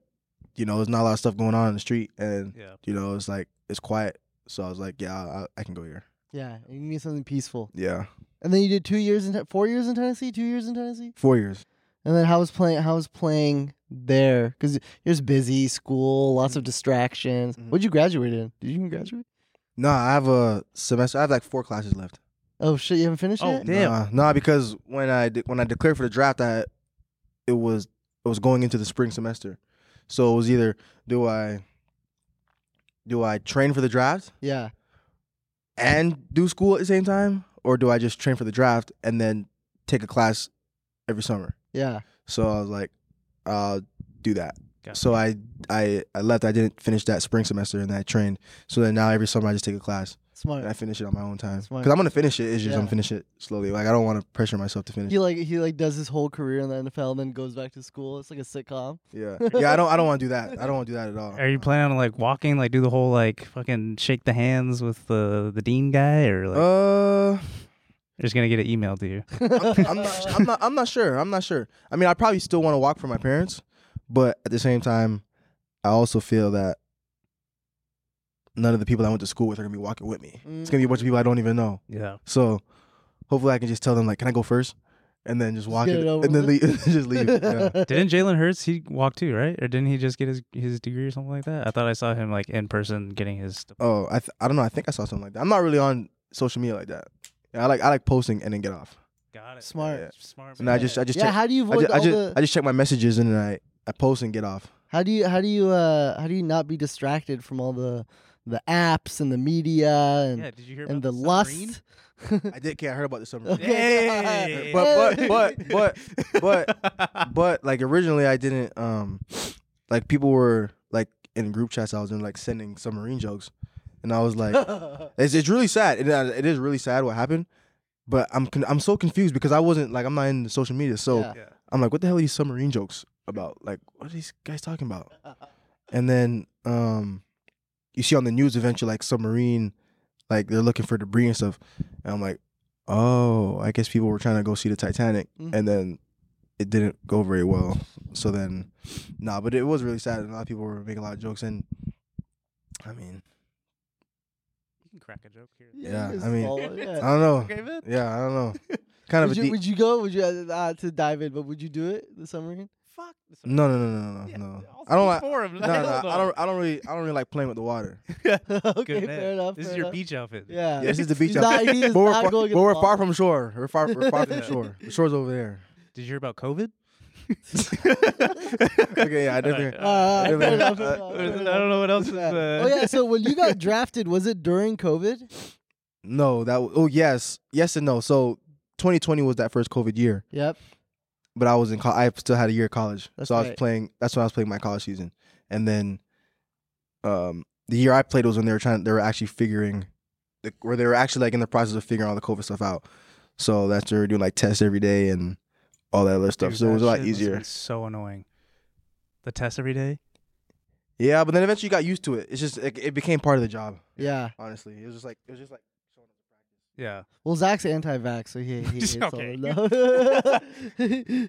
C: you know, there's not a lot of stuff going on in the street, and
B: yeah.
C: you know, it's like it's quiet. So I was like, yeah, I, I can go here.
A: Yeah, you need something peaceful.
C: Yeah,
A: And then you did two years in, Te- four years in Tennessee, two years in Tennessee,
C: four years.
A: and then how was playing? How was playing there? Because you're busy, school, lots
C: Mm-hmm.
A: of distractions.
C: Mhm.
A: What'd you graduate in? Did you even graduate?
C: No, I have a semester. I have like four classes left.
A: Oh shit, you haven't finished
B: Oh,
A: yet.
B: damn.
C: Nah, nah, because when I de- when I declared for the draft, I it was it was going into the spring semester, so it was either do I do I train for the draft
A: Yeah,
C: and do school at the same time, or do I just train for the draft and then take a class every summer?
A: yeah.
C: So I was like, I'll do that.
B: Got
C: So I, I I left. I didn't finish that spring semester and I trained. So then now every summer I just take a class.
A: Smart.
C: and I finish it on my own time.
A: Smart.
C: Because I'm gonna finish it. It's just
A: Yeah.
C: I'm gonna finish it slowly. Like I don't want to pressure myself to finish.
A: He like he like does his whole career in the NFL and then goes back to school. It's like a sitcom.
C: Yeah, yeah. I don't. I don't want to do that. I don't want to do that at all.
B: Are you planning on like walking, like do the whole like fucking shake the hands with the the dean guy, or like
C: Uh,
B: you're just gonna get an email to you?
C: I'm not. I'm not. I'm not sure. I'm not sure. I mean, I probably still want to walk for my parents, but at the same time, I also feel that none of the people I went to school with are gonna be walking with me. It's gonna be a bunch of people I don't even know.
B: Yeah.
C: So hopefully, I can just tell them like, "Can I go first? And then just walk
A: get
C: it,
A: it over
C: and then
A: with.
C: leave, [LAUGHS] just
A: [LAUGHS]
C: leave. Yeah.
B: Didn't Jalen Hurts he walked too, right? Or didn't he just get his his degree or something like that? I thought I saw him like in person getting his.
C: Oh, I th- I don't know. I think I saw something like that. I'm not really on social media like that. Yeah, I like I like posting and then get off.
B: Got it.
A: Smart.
C: Yeah.
B: Smart.
C: And I just I just
A: yeah,
C: check,
A: how do you
C: I
A: avoid
C: just, I
A: all
C: just
A: the?
C: I just check my messages and then I I post and get off.
A: how do you how do you uh how do you not be distracted from all the the apps and the media and
B: yeah. Did you hear
A: and
B: about
A: the,
B: the submarine?
A: lust?
C: I did care. I heard about
A: [LAUGHS]
B: [LAUGHS]
C: this summer.
A: Okay.
B: Yay.
C: But
B: [LAUGHS]
C: but but but but but like originally I didn't um like people were like in group chats I was in like sending submarine jokes and I was like it's it's really sad it, uh, it is really sad what happened but I'm con- I'm so confused because I wasn't like I'm not in the social media [LAUGHS] so
A: Yeah.
B: Yeah.
C: I'm like, what the hell are these submarine jokes about? Like, what are these guys talking about? And then um, you see on the news eventually, like submarine, like they're looking for debris and stuff. And I'm like, oh, I guess people were trying to go see the Titanic,
A: Mhm.
C: and then it didn't go very well. So then, nah, but it was really sad, and a lot of people were making a lot of jokes. And I mean,
B: [LAUGHS] You can crack a joke here.
C: Yeah,
A: just
C: I mean-
A: follow- yeah.
C: I don't know.
B: Okay, man.
C: Oh, Yeah, I don't
A: [LAUGHS]
C: know. Kind of
A: would
C: a
A: you,
C: deep.
A: would you go? Would you uh, uh, to dive in? But would you do it the
B: [LAUGHS]
A: submarine?
B: Fuck. the submarine.
C: No, no, no, no, no,
B: Yeah,
C: no.
B: all
C: I don't
B: three,
C: like.
B: Four of them.
C: [LAUGHS] No, no, I don't. I don't really. I don't really like playing with the
A: [LAUGHS]
C: water.
A: okay,
B: Good man.
A: fair enough.
B: This
A: fair
B: is your
A: enough.
B: beach outfit.
A: Yeah.
C: Yeah, this is the beach.
A: He's not- he is
C: but we're,
A: not
C: far,
A: going in
C: but
A: the
C: we're far
A: water.
C: from shore. We're far, we're
A: [LAUGHS]
C: far from shore. The shore's over there.
B: Did you hear about COVID?
C: [LAUGHS]
B: [LAUGHS]
C: Okay, yeah, I definitely.
A: Uh, fair
C: Anyway, [LAUGHS]
A: enough, fair
C: uh,
A: enough,
B: I
A: fair
B: don't
A: enough.
B: know what else is. Uh,
A: oh yeah, so when you
B: [LAUGHS]
A: got drafted, was it during COVID?
C: No, that. w- Oh yes, yes and no. So 2020 was that first COVID year,
A: Yep.
C: but I was in. Co- I still had a year of college,
A: That's
C: so I was
A: right.
C: playing. That's when I was playing my college season, and then, um, the year I played was when they were trying. They were actually figuring, the, where they were actually like in the process of figuring all the COVID stuff out. So that's where we were doing like tests every day and all that other stuff.
B: Dude,
C: so it was
B: that
C: a lot
B: shit must've
C: easier.
B: been So annoying. The test every day.
C: Yeah, but then eventually you got used to it. It's just it, it became part of the job.
A: Yeah.
C: Honestly, it was just like it was just like showing up to practice.
B: Yeah.
A: Well, Zach's anti-vax, so he,
B: [LAUGHS]
A: he hates all
B: Okay.
A: of [LAUGHS]
B: [LAUGHS]
A: that.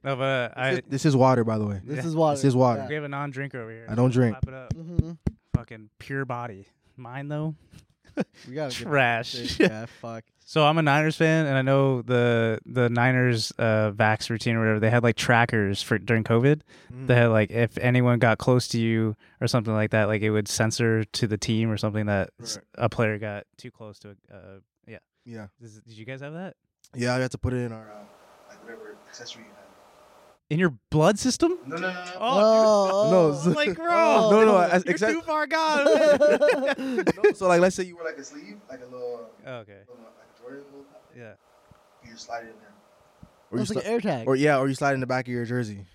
B: No, but
C: This,
B: I
C: is, this is water, by the way.
A: this
B: Yeah.
A: is water.
C: This is water.
B: [LAUGHS] we have a non-drinker over here.
C: I don't drink.
B: Clap it up.
A: hmm
B: Fucking pure body. Mine though,
A: We got
B: [LAUGHS] trash.
A: [LAUGHS] Yeah, fuck.
B: So I'm a Niners fan, and I know the the Niners uh, vax routine or whatever. They had like trackers for during COVID.
C: Mm.
B: They had like if anyone got close to you or something like that, like it would censor to the team or something that s-
C: Right.
B: a player got too close to. A, uh, yeah,
C: Yeah,
B: Does- did you guys have that
C: yeah. I got to put it in our uh,
A: [LAUGHS]
C: [LAUGHS] like whatever accessory.
B: in your blood system?
C: No, no, no. no.
A: Oh,
C: No,
A: oh.
C: so-
B: like bro,
A: Oh.
C: No, no,
B: [LAUGHS]
C: I-
B: you're
C: except-
B: too far gone.
C: [LAUGHS]
B: [LAUGHS]
C: No, so like, let's say you wear like a sleeve, like a little, uh,
B: okay,
C: little like Jordan, little, top,
B: yeah.
C: you just slide it in there. Or you
A: That's like
C: sli-
A: an air tag.
C: or yeah, or you slide in the back of
A: [LAUGHS]
C: your jersey.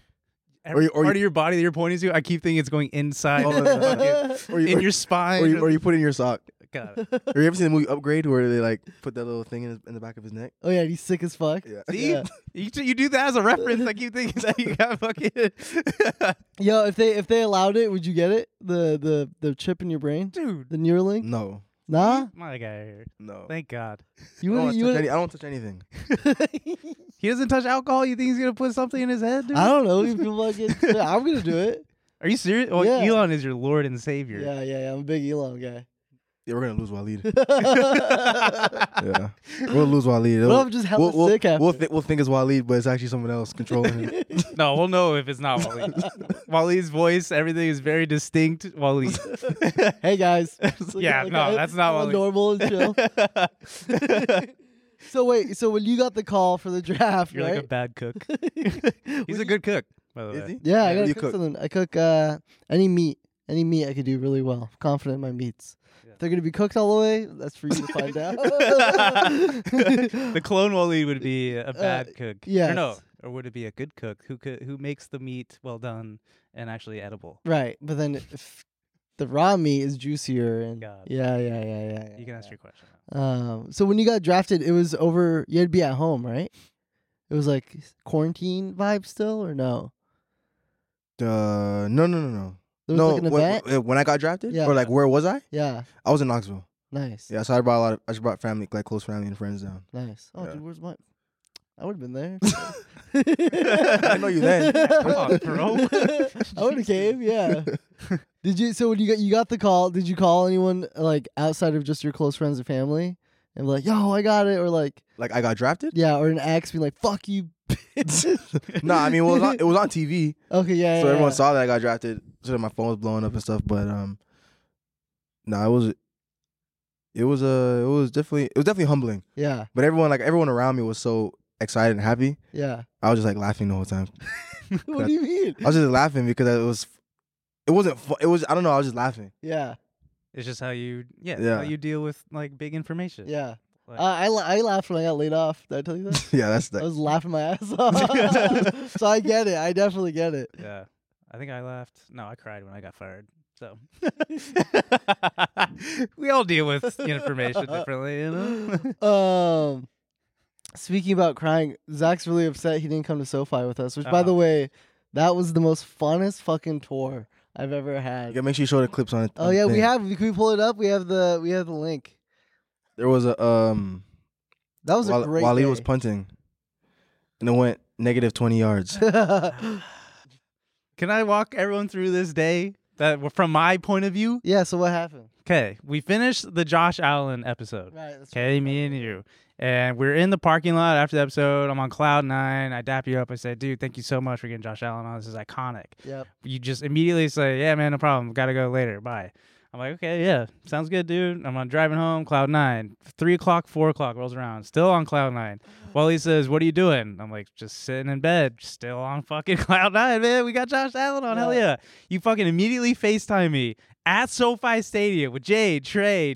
B: Every
C: you- or you-
B: part of your body that you're pointing to, I keep thinking it's going inside,
C: [LAUGHS] Oh, no, no, no, no. Or you,
B: in
C: or,
B: your spine.
C: or you, or you put it in your sock.
B: Got it.
C: Have you ever seen the movie Upgrade where they like put that little thing in, his, in the back of his neck?
A: oh yeah, and he's sick as fuck.
C: Yeah.
B: See?
A: [LAUGHS] Yeah.
B: You, t- you do that as a reference. I keep thinking that you got fucking.
A: Yo, if they if they allowed it, would you get it? The the the chip in your brain,
B: [LAUGHS] Dude.
A: the Neuralink?
C: No,
A: Nah,
B: My guy here.
C: no.
B: Thank God.
A: you
C: I don't,
A: wouldn't.
C: wanna
A: You
C: touch any,
A: wouldn't
C: I don't touch anything.
B: He doesn't touch alcohol. You think he's going to put something in his
A: [LAUGHS]
B: head, dude?
A: I don't know. If you fucking, I'm gonna do
C: [LAUGHS]
A: it.
B: Are you serious? Well,
A: Yeah.
B: Elon is your lord and savior.
A: Yeah, yeah, yeah. I'm a big Elon
C: [LAUGHS]
A: guy. [LAUGHS]
C: Yeah, we're gonna lose Walid.
A: what
B: [LAUGHS]
A: [LAUGHS]
C: yeah, we'll lose Waleed.
A: What if I'm just hella
C: we'll, we'll,
A: sick
C: We'll,
A: after?
C: thi- we'll think it's Waleed, but it's actually someone
A: [LAUGHS]
C: else controlling him.
B: No, we'll know if it's not Wally. [LAUGHS] Wally's voice, everything is very distinct. Wally.
A: [LAUGHS]
B: [LAUGHS]
A: hey
C: [LAUGHS]
A: guys.
B: Yeah, no,
A: I-
B: that's not
A: I'm
B: what we-
A: normal and chill. [LAUGHS] so wait, so when you got the call for the draft,
B: You're
A: right?
B: like a bad cook.
A: [LAUGHS]
B: [LAUGHS] he's a good cook, by the way.
C: Is he?
A: yeah, I
C: What do
A: gotta
C: you
A: cook,
C: cook?
A: something. I cook uh, any meat, any meat I could do really well. confident in my meats. If they're gonna be cooked all the way. That's for you to find
B: [LAUGHS]
A: [LAUGHS] out.
B: the clone Wally would be a bad cook. Or no,
A: Uh, yes.
B: or would it be a good cook who could, who makes the meat well done and actually edible?
A: right, but then if the raw meat is juicier and
B: Got it.
A: yeah, yeah, yeah, yeah. yeah,
B: You can ask
A: yeah.
B: your question. now.
A: Um, so when you got drafted, it was over. You'd be at home, right? It was like quarantine vibe still, or no?
C: Uh, no, no, no, no.
A: There was
C: no,
A: like an
C: when,
A: event.
C: uh, when I got drafted,
A: Yeah.
C: or like where was I?
A: yeah,
C: I was in Knoxville.
A: nice,
C: Yeah, so I brought a lot of. I just brought family, like close family and friends down.
A: nice. Oh,
C: Yeah.
A: dude, where's my? I would have been there.
C: [LAUGHS] I know
A: [LAUGHS]
C: you then.
B: Yeah, come on, bro.
A: I would have came.
B: [LAUGHS]
A: Yeah. Did you? So when you got you got the call, did you call anyone like outside of just your close friends or family, and be like, yo, I got it, or like,
C: [LAUGHS] Like I got drafted.
A: yeah, or an ex being like, fuck you,
C: [LAUGHS]
A: bitch.
C: no, I mean it was on, it was on TV,
A: [LAUGHS] okay, yeah.
C: so
A: yeah,
C: everyone
A: yeah.
C: saw that I got drafted. So then my phone was blowing up and stuff. But um, no, it was it was uh, it was definitely it was definitely humbling.
A: Yeah,
C: But everyone like everyone around me was so excited and happy.
A: yeah.
C: [LAUGHS]
A: [LAUGHS]
C: I was just like laughing the whole time.
A: what do you mean?
C: I was
A: [LAUGHS]
C: just laughing because it was it wasn't fu- it was I don't know I was just laughing. [LAUGHS]
A: Yeah,
B: It's just how you, yeah,
C: Yeah.
B: how you deal with like big information.
A: yeah.
B: Like,
A: Uh, I la- I laughed when I got laid off. Did I tell you that?
C: [LAUGHS] yeah, that's
A: I [LAUGHS]
C: the
A: was laughing my
C: [LAUGHS]
A: ass off. [LAUGHS] so I get it. I definitely get it.
B: yeah. I think I laughed. No, I cried when I got fired.
A: [LAUGHS]
B: So we all deal with information differently, you know.
A: [LAUGHS] Um, speaking about crying, Zach's really upset he didn't come to SoFi with us. Which, by the
B: Uh-huh.
A: way, that was the most funnest fucking tour I've ever had.
C: Yeah, make sure you show the clips on it.
A: Oh
C: on the
A: yeah, we
C: thing.
A: have. Can we pull it up? We have the we have the link.
C: There was a um
A: That was
C: while,
A: a great.
C: while he was
A: day.
C: punting, and it went negative twenty
A: [LAUGHS]
C: yards.
B: Can I walk everyone through this day that w- from my point of view?
A: [LAUGHS] yeah. So what happened?
B: Okay, we finished the Josh Allen episode.
A: Right. That's
B: Okay, me and you. And we're in the parking lot after the episode. I'm on cloud nine. I dap you up. I say, dude, thank you so much for getting Josh Allen on. This is iconic.
A: Yep.
B: You just immediately say, yeah, man, no problem. Got to go later. Bye. I'm like, okay, yeah, sounds good, dude. I'm on driving home, cloud nine. Three o'clock, four o'clock rolls around, still on cloud
A: [LAUGHS]
B: nine. Wally says, what are you doing? I'm like, just sitting in bed, still on fucking [LAUGHS] cloud nine, man. We got Josh Allen on, hell
A: Yeah.
B: yeah. You fucking immediately FaceTime me at SoFi Stadium with Jay, Trey,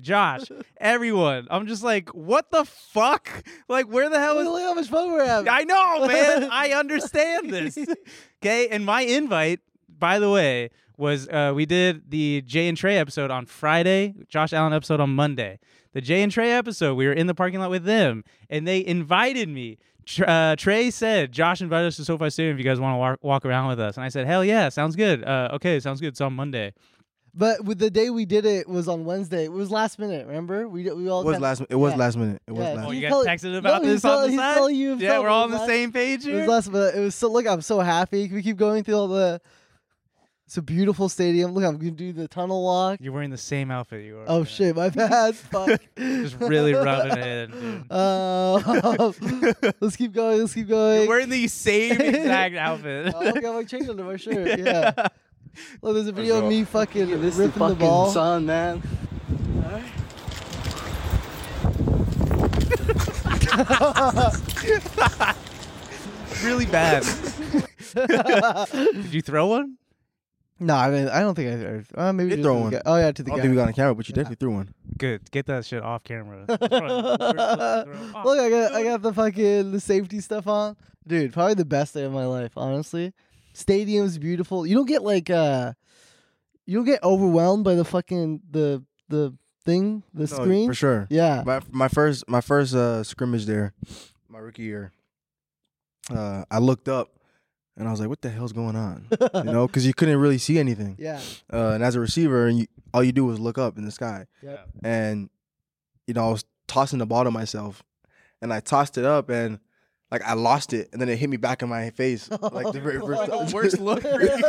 A: [LAUGHS]
B: Josh, everyone. I'm just like, what the fuck? Like, where the hell is
A: Look how much fun we're having.
B: I know,
A: [LAUGHS]
B: man. I understand this. Okay, and my invite, by the way, was uh, we did the Jay and Trey episode on Friday, Josh Allen episode on Monday. The Jay and Trey episode, we were in the parking lot with them, and they invited me. Tr- Uh, Trey said, "Josh invited us to SoFi Stadium if you guys want to walk, walk around with us." And I said, "Hell yeah, sounds good. Uh, okay, sounds good. It's on Monday.
A: But with the day we did it was on Wednesday. It was last minute. Remember, we we all
C: It was
A: kinda-
C: last. It was
A: yeah.
C: last minute. It was
A: Yeah.
C: last.
B: Oh,
A: He's
B: you guys
A: probably-
B: texted
A: no,
B: about
A: he's
B: this on
A: tell-
B: the
A: he's
B: side.
A: telling you
B: yeah,
A: about
B: we're all
A: the
B: on the
A: last-
B: same page
A: It
B: here.
A: was [LAUGHS] last minute. It was so look. I'm so happy. Can we keep going through all the? It's a beautiful stadium. Look, I'm gonna do the tunnel walk.
B: You're wearing the same outfit you were.
A: Oh shit, my bad. Fuck.
B: [LAUGHS] Just really rubbing it in, dude.
A: [LAUGHS] Uh, [LAUGHS] let's keep going. Let's keep going.
B: We're in
A: [LAUGHS]
B: the same exact outfit.
A: Oh, I got my chain
B: [LAUGHS]
A: under my shirt. Yeah. Look, there's a video of me fucking
D: This is
A: ripping
D: the fucking
A: the ball.
D: sun, man.
B: really bad. Did you throw one?
A: No, I mean I don't think I. ever- Uh, maybe just
C: You're
A: to
C: throwing.
A: the guy- Oh yeah, to
C: I
A: the
C: don't
A: guy.
C: think
A: [LAUGHS]
C: we got on camera, but you definitely threw one.
B: Good. Get that shit off camera.
A: [LAUGHS]
C: Oh,
A: Look, I got I got the fucking the safety stuff on. Dude, probably the best day of my life, honestly. Stadium's beautiful. You don't get like uh you don't get overwhelmed by the fucking the the thing, the
C: No,
A: screen.
C: for sure.
A: Yeah.
C: My my first my first uh, scrimmage there, my rookie year. Uh, I looked up, and I was like, "What the hell's
A: [LAUGHS]
C: going on?" you know, because you couldn't really see anything.
A: Yeah.
C: Uh, and as a receiver, you, all you do is look up in the sky.
A: Yep.
C: And you know, I was tossing the ball to myself, and I tossed it up, and like I lost it, and then it hit me back in my face, like
A: [LAUGHS]
C: the very first
A: Like the
C: [LAUGHS]
A: [LAUGHS]
B: worst look for you.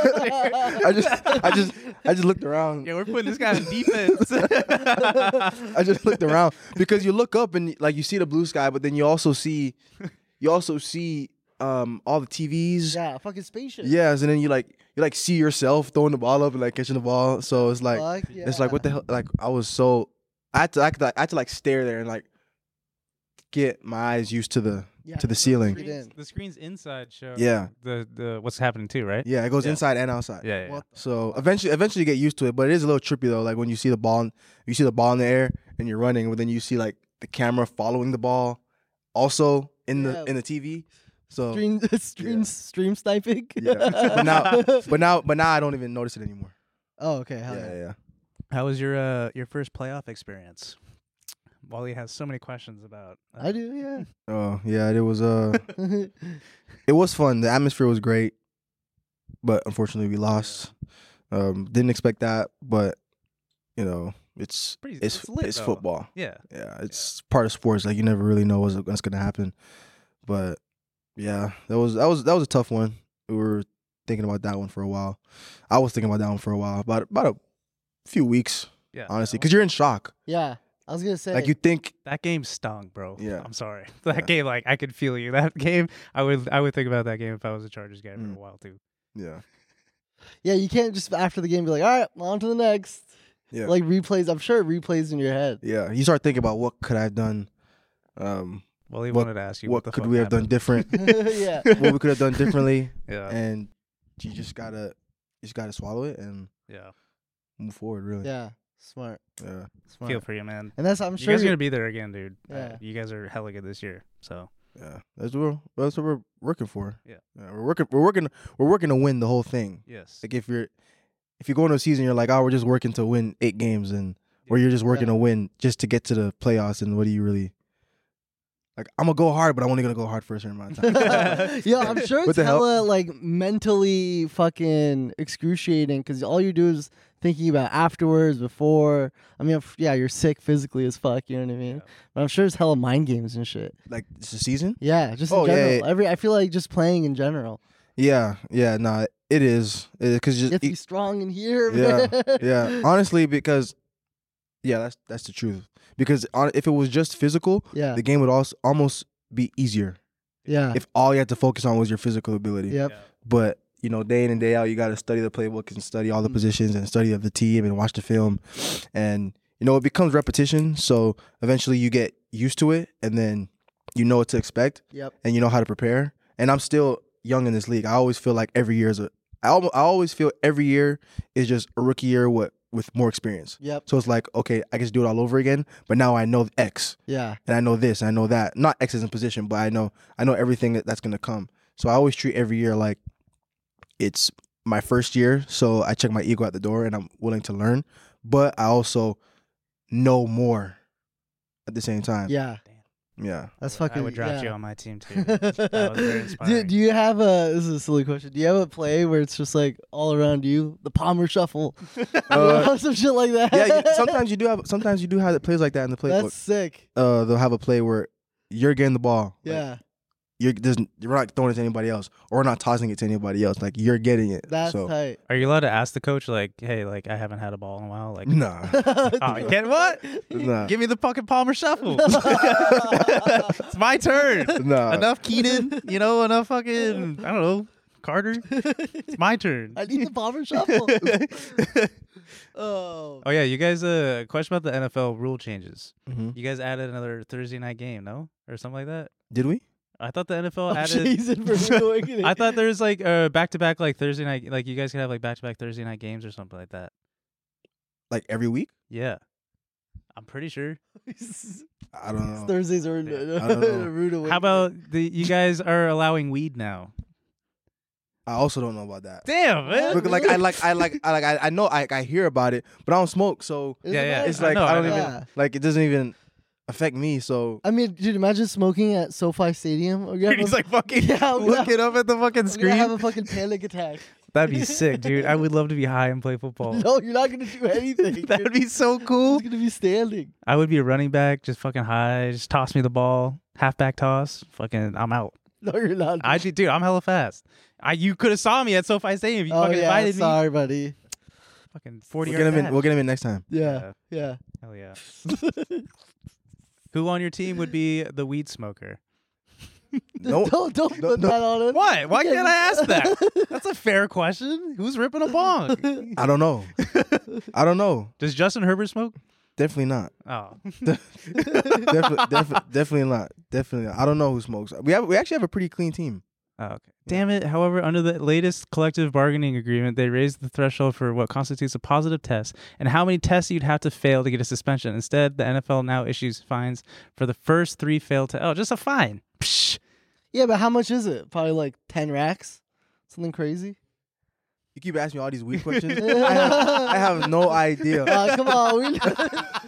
C: I just, I just, I just looked around.
B: Yeah, we're putting this guy
A: [LAUGHS]
B: on defense.
C: I just looked around because you look up and like you see the blue sky, but then you also see, you also see um all the TVs.
A: Yeah, fucking spaceship.
C: Yes, and then you like you like see yourself throwing the ball up and like catching the ball. So it's like
A: Fuck
C: it's like what the hell? Like I was so I had to I, had to, I had to like stare there and like get my eyes used to the
A: Yeah,
C: to the
A: that's
C: ceiling.
A: pretty- in.
B: the screen's inside show.
C: Yeah,
B: The the what's happening too, right?
C: yeah. It goes
B: Yeah.
C: inside and outside.
B: Yeah. yeah.
A: What
C: So eventually, eventually you get used to it, but it is a little trippy though. Like when you see the ball, in, you see the ball in the air and you're running, but then you see like the camera following the ball, also in
A: Yeah.
C: the in the TV. So
A: stream [LAUGHS] stream
C: Yeah.
A: stream sniping? [LAUGHS]
C: yeah, but now, but now, but now I don't even notice it anymore.
A: oh, okay. Hell
C: yeah, yeah.
B: How was your uh, your first playoff experience? Wally has so many questions about. Uh,
A: I do, yeah.
C: Oh yeah, it was uh, it was fun. The atmosphere was great, but unfortunately we lost. Um, didn't expect that, but you know it's
B: Pretty-
C: it's
B: it's
C: it's,
B: lit, though.
C: football.
B: Yeah.
C: Yeah, it's part of sports. Like you never really know what's, what's gonna happen, but yeah, that was that was that was a tough one. We were thinking about that one for a while. I was thinking about that one for a while, about about a few weeks,
B: Yeah.
C: honestly,
B: that,
C: because you're in shock.
A: [LAUGHS] yeah. I was gonna say
C: Like you think,
B: that game stung, bro.
C: Yeah.
B: I'm sorry. [LAUGHS] That
C: Yeah.
B: game, like, I could feel you. That [LAUGHS] game, I would, I would think about that game if I was a Chargers guy for
C: Mm.
B: a while too.
C: yeah,
A: Yeah, you can't just after the game be like, all right, on to the next.
C: yeah,
A: Like replays, I'm sure it replays in your head.
C: yeah. You start thinking about what could I have done. Um,
B: Wally
C: What-
B: wanted to ask you
C: what
B: what, the
C: could
B: fuck
C: we have
B: happened.
C: done different?
A: [LAUGHS]
B: [LAUGHS]
A: yeah.
C: [LAUGHS] what we could have done differently,
B: Yeah.
C: and you just gotta, you just gotta swallow it and
B: yeah.
C: move forward. Really,
A: Yeah. Smart.
C: yeah.
A: Smart.
B: Feel for you, man.
A: and that's I'm
B: You
A: sure
B: guys are
A: you-
B: gonna be there again, dude. Uh,
A: Yeah.
B: you guys are hella good this year. So
C: Yeah, that's what we're, that's what we're working for.
B: Yeah.
C: we're working we're working we're working to win the whole thing.
B: yes.
C: Like if you're if you go into a season, you're like, oh, we're just working to win eight games, and or you're just working
A: Yeah.
C: to win just to get to the playoffs. And what do you really like? I'm gonna go hard, but I'm only gonna go hard for a certain amount
A: [LAUGHS]
C: of time.
A: yeah, I'm sure
C: What
A: it's
C: the hell?
A: hella like mentally fucking excruciating because all you do is thinking about afterwards, before. I mean, if- yeah, you're sick physically as fuck. You know what I mean? But I'm sure it's hella mind games and shit.
C: like it's a season.
A: Yeah, just
C: Oh,
A: in
C: yeah,
A: general.
C: yeah.
A: Every I feel like just playing in general.
C: Yeah, yeah, nah, it is because
A: You have
C: just
A: to be strong in here.
C: E- Yeah,
A: man. [LAUGHS]
C: [LAUGHS] yeah, honestly, because yeah, that's that's the truth. Because on, if it was just physical,
A: yeah,
C: the game would also almost be easier
A: yeah.
C: if all you had to focus on was your physical ability.
A: Yep.
C: but you know day in and day out you got to study the playbook and study all the
A: Mm.
C: positions and study of the team and watch the film and you know it becomes repetition so eventually you get used to it and then you know what to expect
A: Yep.
C: and you know how to prepare and i'm still young in this league i always feel like every year is a i, al- I always feel every year is just a rookie year with, with more experience
A: Yep.
C: so it's like okay i just do it all over again but now i know x
A: Yeah.
C: and I know this, and I know that. Not X is in position, but I know I know everything that, that's gonna come. So I always treat every year like it's my first year, so I check my ego at the door and I'm willing to learn, but I also know more at the same time.
A: Yeah. [LAUGHS]
C: yeah.
A: That's
B: I would-
A: fucking.
B: I would draft
A: yeah.
B: you on my team too.
A: [LAUGHS]
B: That was very
A: do,
B: inspiring.
A: do you have a this is a silly question do you have a play where it's just like all around you the palmer shuffle
C: Uh,
A: some shit like that
C: [LAUGHS] yeah. You,
A: [LAUGHS]
C: sometimes you do have sometimes you do have plays like that in the playbook.
A: that's sick
C: uh, they'll have a play where you're getting the ball. Like,
A: yeah
C: you're there's, you're not throwing it to anybody else, or we're not tossing it to anybody else. Like you're getting it.
A: that's
C: so
A: tight
B: Are you allowed to ask the coach like, hey, like I haven't had a ball in a while? Like,
A: [LAUGHS]
C: [LAUGHS] nah,
B: oh, you can't what?
C: nah,
B: Give me the fucking Palmer shuffle. [LAUGHS] it's my turn.
A: Uh,
C: nah.
A: [LAUGHS]
B: enough Keenan, you know, enough fucking I don't know Carter. It's my turn.
A: i need the
C: [LAUGHS]
A: palmer shuffle [LAUGHS] oh
B: [LAUGHS] Oh yeah, you guys. Uh, question about the NFL rule changes.
C: Mhm.
B: You guys added another Thursday night game, no, or something like that.
C: Did we?
B: I thought the [LAUGHS] NFL added.
A: Jason for doing it.
B: [LAUGHS] I
A: [LAUGHS]
B: thought there was like uh back to back like Thursday night like you guys could have like back to back Thursday night games or something like that.
C: Like every week?
B: Yeah. I'm pretty sure.
C: I don't know.
A: Thursdays are
C: I don't know.
A: a [LAUGHS] rude awakening.
B: How about the you guys are allowing weed now?
C: I also don't know about that.
B: Damn, man.
C: Because, like I like I like I like I, I know I, I hear about it, but I don't smoke, so
A: Isn't
B: Yeah, yeah.
A: that-
C: it's like
B: know,
C: I,
B: I
C: don't
B: know.
C: even
A: Yeah.
C: like it doesn't even affect me. So
A: I mean, dude, imagine smoking at SoFi Stadium. Or you have
B: Dude, [LAUGHS] he's
A: a-
B: like
A: [LAUGHS]
B: fucking
A: Yeah, I'm gonna-
B: looking up at [LAUGHS] the fucking
A: I'm gonna have
B: screen.
A: a fucking panic
B: [LAUGHS]
A: attack.
B: That'd be sick, dude. I would love to be high and [LAUGHS] play football.
A: No, you're not gonna
B: [LAUGHS]
A: do anything.
B: That'd Oh. be so cool. [LAUGHS]
A: He's gonna be standing.
B: I would be a running back, just fucking high, just toss me the ball, halfback toss, fucking, I'm out.
A: No, you're not.
B: I dude, I'm hella fast. I you could have saw me at SoFi Stadium. if You
A: oh
B: fucking
A: yeah,
B: invited me.
A: sorry, buddy.
B: Fucking
C: we'll
B: 40
C: get him in. We'll get him in next time.
A: Yeah, yeah. [LAUGHS]
B: Hell yeah. Who on your team would be the weed smoker?
C: No,
A: Don't don't
C: no,
A: put
C: no.
A: that on him.
B: Why? Why
A: Yeah,
B: can't I
A: [LAUGHS]
B: ask that? That's a fair question. Who's ripping a bong?
C: I don't know. I don't know.
B: Does Justin Herbert smoke?
C: Definitely not.
B: Oh. [LAUGHS]
C: Defi- defi- definitely not. Definitely. Not. I don't know who smokes. We have we actually have a pretty clean team.
B: Oh, okay. Damn it. However, under the latest collective bargaining agreement, they raised the threshold for what constitutes a positive test and how many tests you'd have to fail to get a suspension. Instead, the NFL now issues fines for the first three failed to. Oh, just a fine. Psh.
A: Yeah, but how much is it? Probably like ten racks, something crazy.
C: You keep asking me all these weird questions. [LAUGHS] I, have,
A: [LAUGHS]
C: I have no idea.
A: Uh, come on, we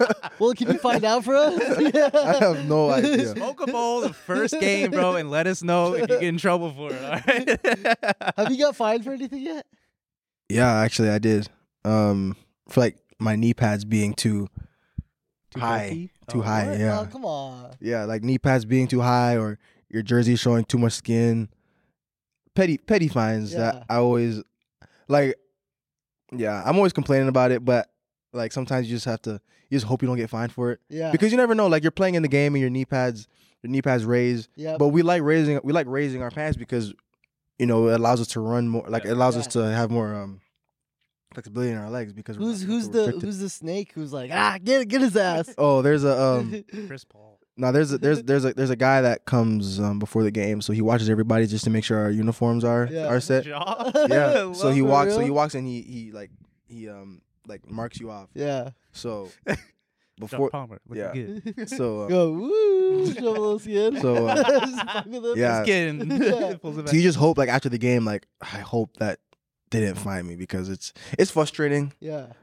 C: [LAUGHS]
A: well, can you find out for us?
C: I
A: [LAUGHS]
C: have no idea.
B: Smoke a bowl the first game, bro, and let us know if you get in trouble for it. All right.
C: [LAUGHS]
A: Have you got fined for anything yet?
C: Yeah, actually, I did. Um, for like my knee pads being too high, too high.
A: What?
C: Yeah,
A: Oh, come on.
C: yeah, like knee pads being too high or your jersey showing too much skin. Petty, petty fines
A: Yeah.
C: that I always like. Yeah, I'm always complaining about it, but like sometimes you just have to. You just hope you don't get fined for it
A: Yeah.
C: because you never know. Like you're playing in the game and your knee pads, your knee pads raise.
A: Yep.
C: But we like raising we like raising our pants because you know it allows us to run more. Like it allows us to have more um flexibility in our legs because we're
A: who's
C: not- we're
A: who's the
C: restricted.
A: who's the snake who's like ah get get his ass.
C: oh there's
A: [LAUGHS]
C: a um
B: Chris Paul.
C: no there's a, there's there's a there's a guy that comes um before the game so he watches everybody just to make sure our uniforms are
A: Yeah.
C: are
A: [LAUGHS]
C: set. [LAUGHS]
B: Jaw?
C: Yeah. so
B: Love
C: he
B: it.
C: walks so
A: real?
C: he walks and he he like he um like marks you off.
A: yeah. [LAUGHS]
C: So
B: John
C: before
B: Palmer. Looking
C: Yeah. [LAUGHS]
B: good.
C: so um,
A: Go woo shovel
C: [LAUGHS]
A: those skin.
C: So, uh,
A: [LAUGHS] Just fuck with them.
C: [LAUGHS] yeah.
B: Just [LAUGHS] kidding.
A: Yeah.
B: Pulls it
C: So you
B: back.
C: just hope like after the game, like I hope that they didn't find me because it's it's frustrating
A: Yeah.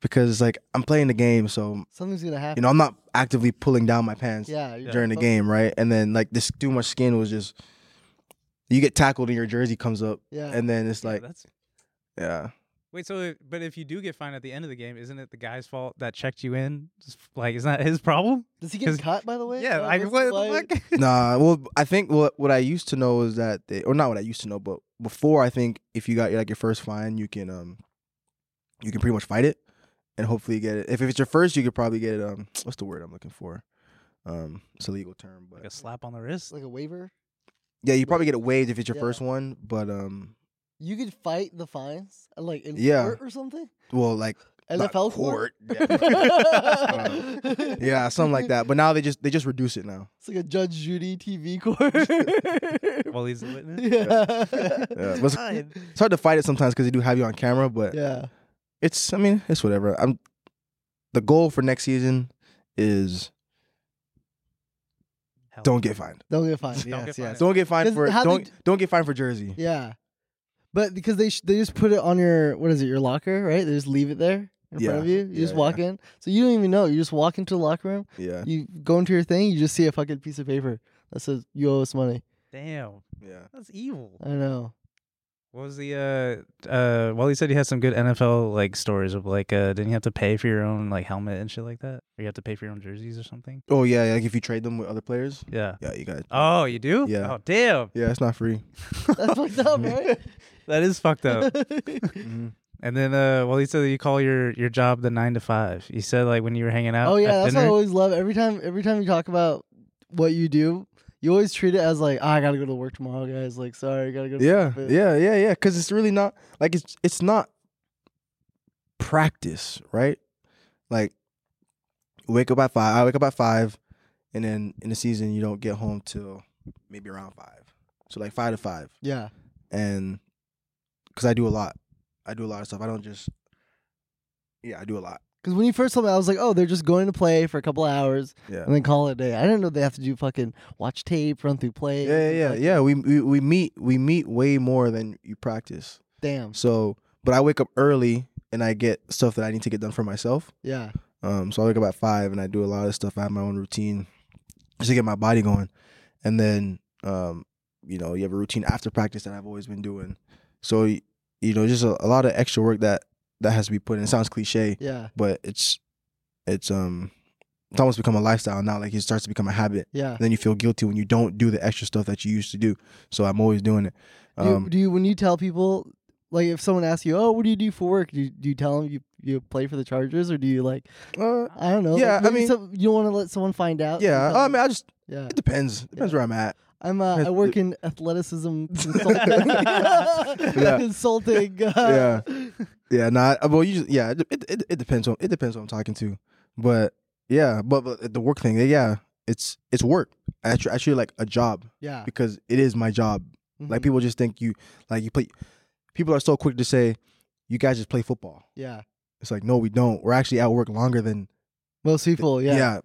C: because it's like I'm playing the game, so
A: Something's gonna happen.
C: you know I'm not actively pulling down my pants
A: yeah. you're
C: during the
A: fuck-
C: game, right? And then like this too much skin was just you get tackled and your jersey comes up,
A: Yeah.
C: and then it's
B: Yeah,
C: like
B: that's-
C: yeah,
B: Wait, so if, but if you do get fined at the end of the game, isn't it the guy's fault that checked you in? Just, like, isn't that his problem?
A: Does he get
B: 'Cause-
A: cut by the way?
B: yeah,
A: Or
B: like
A: what's
B: what
A: like-
C: [LAUGHS]
B: the fuck?
A: [LAUGHS]
B: [LAUGHS]
C: nah. Well, I think what what I used to know is that they, or not what I used to know, but before I think if you got like your first fine, you can um you can pretty much fight it and hopefully get it. If, if it's your first, you could probably get it. Um, what's the word I'm looking for? Um, it's a legal term, but
B: Like a slap on the wrist.
A: Like a waiver.
C: yeah, you probably get it waived if it's your
A: Yeah.
C: first one. But um,
A: You could fight the fines uh, like in
C: Yeah.
A: court or something.
C: well, like not
A: NFL [LAUGHS] court. [LAUGHS]
C: Yeah. [LAUGHS] Uh, yeah, something like that. But now they just they just reduce it now.
A: It's like a Judge Judy
C: [LAUGHS]
A: TV court.
B: While he's a witness.
A: [LAUGHS] yeah. [LAUGHS]
C: but it's- It's hard to fight it sometimes because they do have you on camera, but
A: yeah.
C: it's I mean it's whatever. I'm the goal for next season is
B: Hell.
C: don't get fined.
A: Don't get fined.
B: Don't
A: yes,
B: get
A: yes.
B: fined.
C: Don't get fined
A: 'Cause
C: for
A: how they
C: don't
A: d-
C: don't get fined for jersey.
A: Yeah. But because they sh- they just put it on your what is it your locker right? They just leave it there in
C: Yeah.
A: front of you. You just
C: Yeah,
A: walk in, so you don't even know. You just walk into the locker room.
C: Yeah,
A: You go into your thing. You just see a fucking piece of paper that says you owe us money.
B: Damn,
C: yeah.
B: that's evil.
A: I
C: [LAUGHS]
A: know.
B: What was the uh uh? Well, he said he had some good NFL like stories of like uh, didn't you have to pay for your own like helmet and shit like that, or you have to pay for your own jerseys or something?
C: Oh yeah, like if you trade them with other players,
B: Yeah.
C: yeah, you got.
B: Oh, you do?
C: Yeah.
B: Oh, damn.
C: Yeah, it's not free.
A: That's fucked up,
C: [LAUGHS]
A: right?
B: That is fucked
A: [LAUGHS]
B: up.
A: Mm-hmm.
C: Mhm.
B: and then uh, well, he said that you call your your job the nine to five. You said like when you were hanging out.
A: oh yeah,
B: at
A: that's what I
B: dinner,
A: always love. Every time, every time you talk about what you do, you always treat it as like, "Ah, I gotta go to work tomorrow, guys. Like, sorry, I gotta go. To
C: Yeah,
A: Work.
C: yeah, yeah, yeah. Because it's really not like it's it's not practice, right? Like wake up at five. I wake up at five, and then in the season you don't get home till maybe around five. So like five to five,
A: yeah,
C: and because I do a lot, I do a lot of stuff. I don't just yeah, I do a lot.
A: Because when you first told me, I was like, "Oh, they're just going to play for a couple hours
C: Yeah,
A: and then call it a day." I didn't know they have to do fucking watch tape, run through plays.
C: yeah,
A: and,
C: yeah,
A: like,
C: yeah. We, we we meet we meet way more than you practice.
A: Damn.
C: So, but I wake up early and I get stuff that I need to get done for myself.
A: Yeah.
C: Um, so I wake up at five and I do a lot of stuff. I have my own routine just to get my body going, and then um, you know you have a routine after practice that I've always been doing. So y- you know, just a, a lot of extra work that that has to be put in. It sounds cliche,
A: Yeah.
C: but it's it's um it's almost become a lifestyle now. Like it starts to become a habit.
A: Yeah.
C: And then you feel guilty when you don't do the extra stuff that you used to do. So I'm always doing it.
A: Do, you-
C: Um,
A: do you when you tell people like if someone asks you, "Oh, what do you do for work?" Do you, do you tell them you you play for the Chargers or do you like
C: uh,
A: I don't know?
C: Yeah,
A: like,
C: I
A: maybe
C: mean-
A: some- you don't want to let someone find out. so you
C: yeah,
A: tell
C: I
A: them-
C: mean, I just
A: yeah.
C: it depends. Depends where I'm at.
A: I'm uh, I
C: Has-
A: work in
C: [LAUGHS]
A: athleticism consulting. consulting. [LAUGHS] Uh, yeah.
C: Yeah, not well. Usually, yeah, it, it it- it depends on it depends on I'm talking to, but yeah, but, but the work thing, yeah, it's it's work. Actually, actually, like a job
A: Yeah.
C: because it is my job. Like
A: mhm,
C: people just think you like you play. People are so quick to say, "You guys just play football."
A: yeah.
C: It's like no, we don't. We're actually at work longer than
A: Most [LAUGHS] people, yeah.
C: yeah.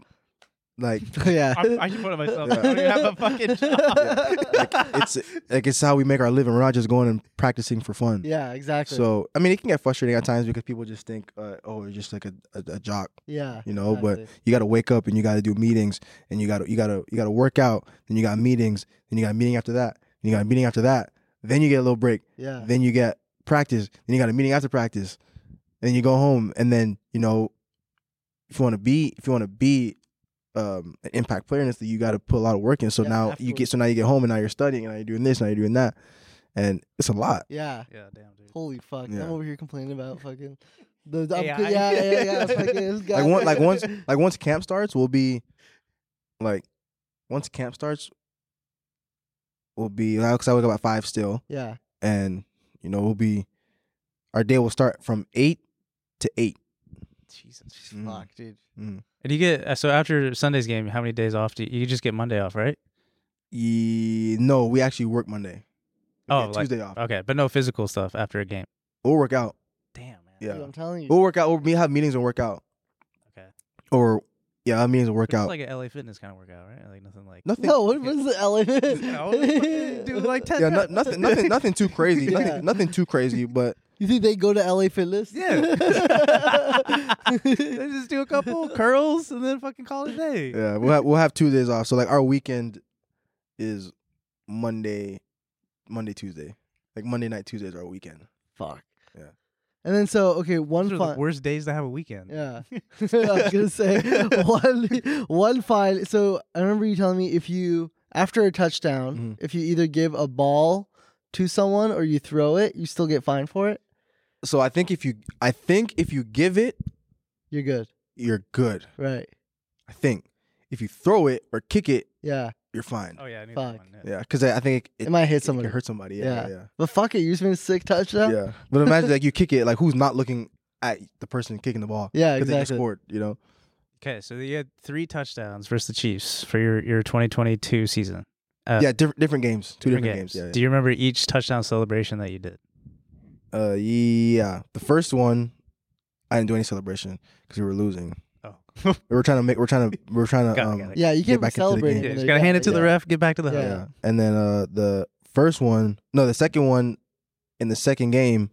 C: Like
A: [LAUGHS] yeah.
B: I, I should put it myself.
C: Yeah.
B: I don't even have a
C: [LAUGHS]
B: fucking job.
A: [LAUGHS]
C: it's like it's how we make our living. We're not just going and practicing for fun.
A: yeah, exactly.
C: So I mean, it can get frustrating at times because people just think, uh, "Oh, you're just like a, a, a jock,"
A: yeah.
C: you know. But
A: exactly.
C: you got to wake up and you got to do meetings and you got to you got to you got to work out. Then you got meetings. Then you got a meeting after that. Then you got a meeting after that. Then you get a little break.
A: yeah.
C: Then you get practice. Then you got a meeting after practice. Then you go home and then you know, if you want to be if you want to be um, an impact player in this, league, you got to put a lot of work in. So
A: Yeah,
C: now you
A: absolutely.
C: get so now you get home and now you're studying and now you're doing this now you're doing that, and it's a lot.
A: Yeah.
B: Yeah, damn, dude.
A: Holy fuck.
C: Yeah.
A: I'm over here complaining about
B: [LAUGHS]
A: fucking the, the
B: AI.
A: yeah, yeah,
C: [LAUGHS]
A: yeah, fucking,
C: like one,
B: [LAUGHS]
C: like once like once camp starts we'll be like once camp starts we'll be like 'cause i wake up at five still
A: [LAUGHS] Yeah.
C: and you know we'll be our day will start from eight to eight
B: Jesus.
C: Mm.
A: Fuck, dude.
B: And you get uh, so after Sunday's game, how many days off do you, you just get Monday off, right?
C: Ye- no we actually work monday We
B: Oh,
C: get
B: like-
C: tuesday off
B: Okay, but no physical stuff after a game.
C: we'll work out
B: Damn, man.
C: yeah
A: Dude, I'm telling you.
C: we'll work out we'll we have meetings and work out
B: Okay.
C: or yeah have meetings and work
B: It's
C: out
B: like an LA Fitness kind of workout, right? Like nothing like. [LAUGHS]
A: [LAUGHS]
C: nothing
A: No, what was the
B: I was fucking
A: LA? [LAUGHS]
B: do
C: [LAUGHS]
B: like ten.
C: yeah no, nothing
B: [LAUGHS]
C: nothing nothing too crazy
A: Yeah.
C: nothing, nothing too crazy but
A: You think they go to LA Fitness?
B: [LAUGHS]
C: [LAUGHS]
B: They just do a couple curls and then fucking call it a day.
C: [LAUGHS] Yeah, we'll have, we'll have two days off. So like our weekend is Monday, Monday Tuesday. Like Monday night Tuesday is our weekend.
A: [LAUGHS] Fuck.
C: Yeah.
A: And then so okay, one
B: Those are the
A: fun.
B: worst days to have a weekend.
A: Yeah, [LAUGHS] I was gonna say [LAUGHS] one one fine. So I remember you telling me if you after a touchdown,
C: Mhm.
A: if you either give a ball to someone or you throw it, you still get fined for it.
C: So I think if you I think if you give it,
A: You're good,
C: you're good.
A: right?
C: I think if you throw it or kick it,
A: Yeah,
C: you're fine.
B: Oh yeah, I need
A: Fuck.
B: that one.
C: Yeah, because I, I think it,
A: It might hit
C: it
A: somebody.
C: It hurt somebody. Yeah, yeah,
A: but fuck it, you just made a sick
C: yeah.
A: touchdown.
C: yeah. But imagine like you kick it, like who's not looking at the person kicking the ball?
A: [LAUGHS] Yeah,
C: 'Cause they just
A: exactly.
C: scored. You know.
B: Okay, so you had three touchdowns versus the Chiefs for your, your 2022 season. Uh,
C: yeah, different different games, two different, games. Yeah,
B: Do you remember each touchdown celebration that you did?
C: yeah. Uh, yeah. The first one, I didn't do any celebration because we were losing.
B: Oh,
C: [LAUGHS] We were trying to make. We're trying to. we We're trying to.
B: Got it,
C: um,
B: got it.
A: Yeah, you
C: Get
A: can't be
C: back into the
A: celebrating.
C: game.
B: yeah,
A: when
B: just
A: they
B: gotta
A: got
B: hand it to the
A: yeah.
B: ref. Get back to the
A: Yeah.
B: huddle.
C: Yeah. And then uh the first one, no, the second one in the second game,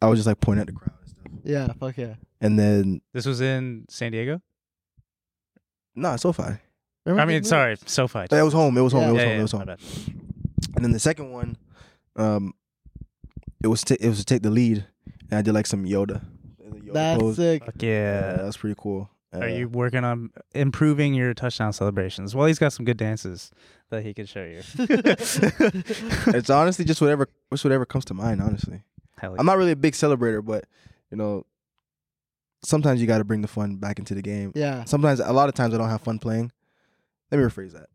C: I was just like pointing at the crowd and stuff.
A: Yeah, fuck yeah.
C: And then
B: This was in San Diego.
C: nah, it's SoFi.
A: Remember
B: I
A: they
B: mean,
A: moved-
B: sorry, SoFi.
C: It was home. It was home.
A: Yeah.
C: It was
B: Yeah,
C: home.
B: yeah,
C: It was
B: my
C: home.
B: bad.
C: And then the second one, um, it was ta- it was to take the lead, and I did like some Yoda. the Yoda
A: That's
B: [LAUGHS]
C: pose.
A: sick. [LAUGHS]
B: Fuck
C: Yeah, that
B: yeah.
C: was pretty cool. Uh,
B: Are you working on improving your touchdown celebrations? Well, he's got some good dances that he could show you.
C: It's honestly just whatever, just whatever comes to mind. Honestly,
B: Hell
C: I'm not really a big celebrator, but you know, sometimes you got to bring the fun back into the game.
A: Yeah.
C: sometimes a lot of times I don't have fun playing. Let me rephrase that.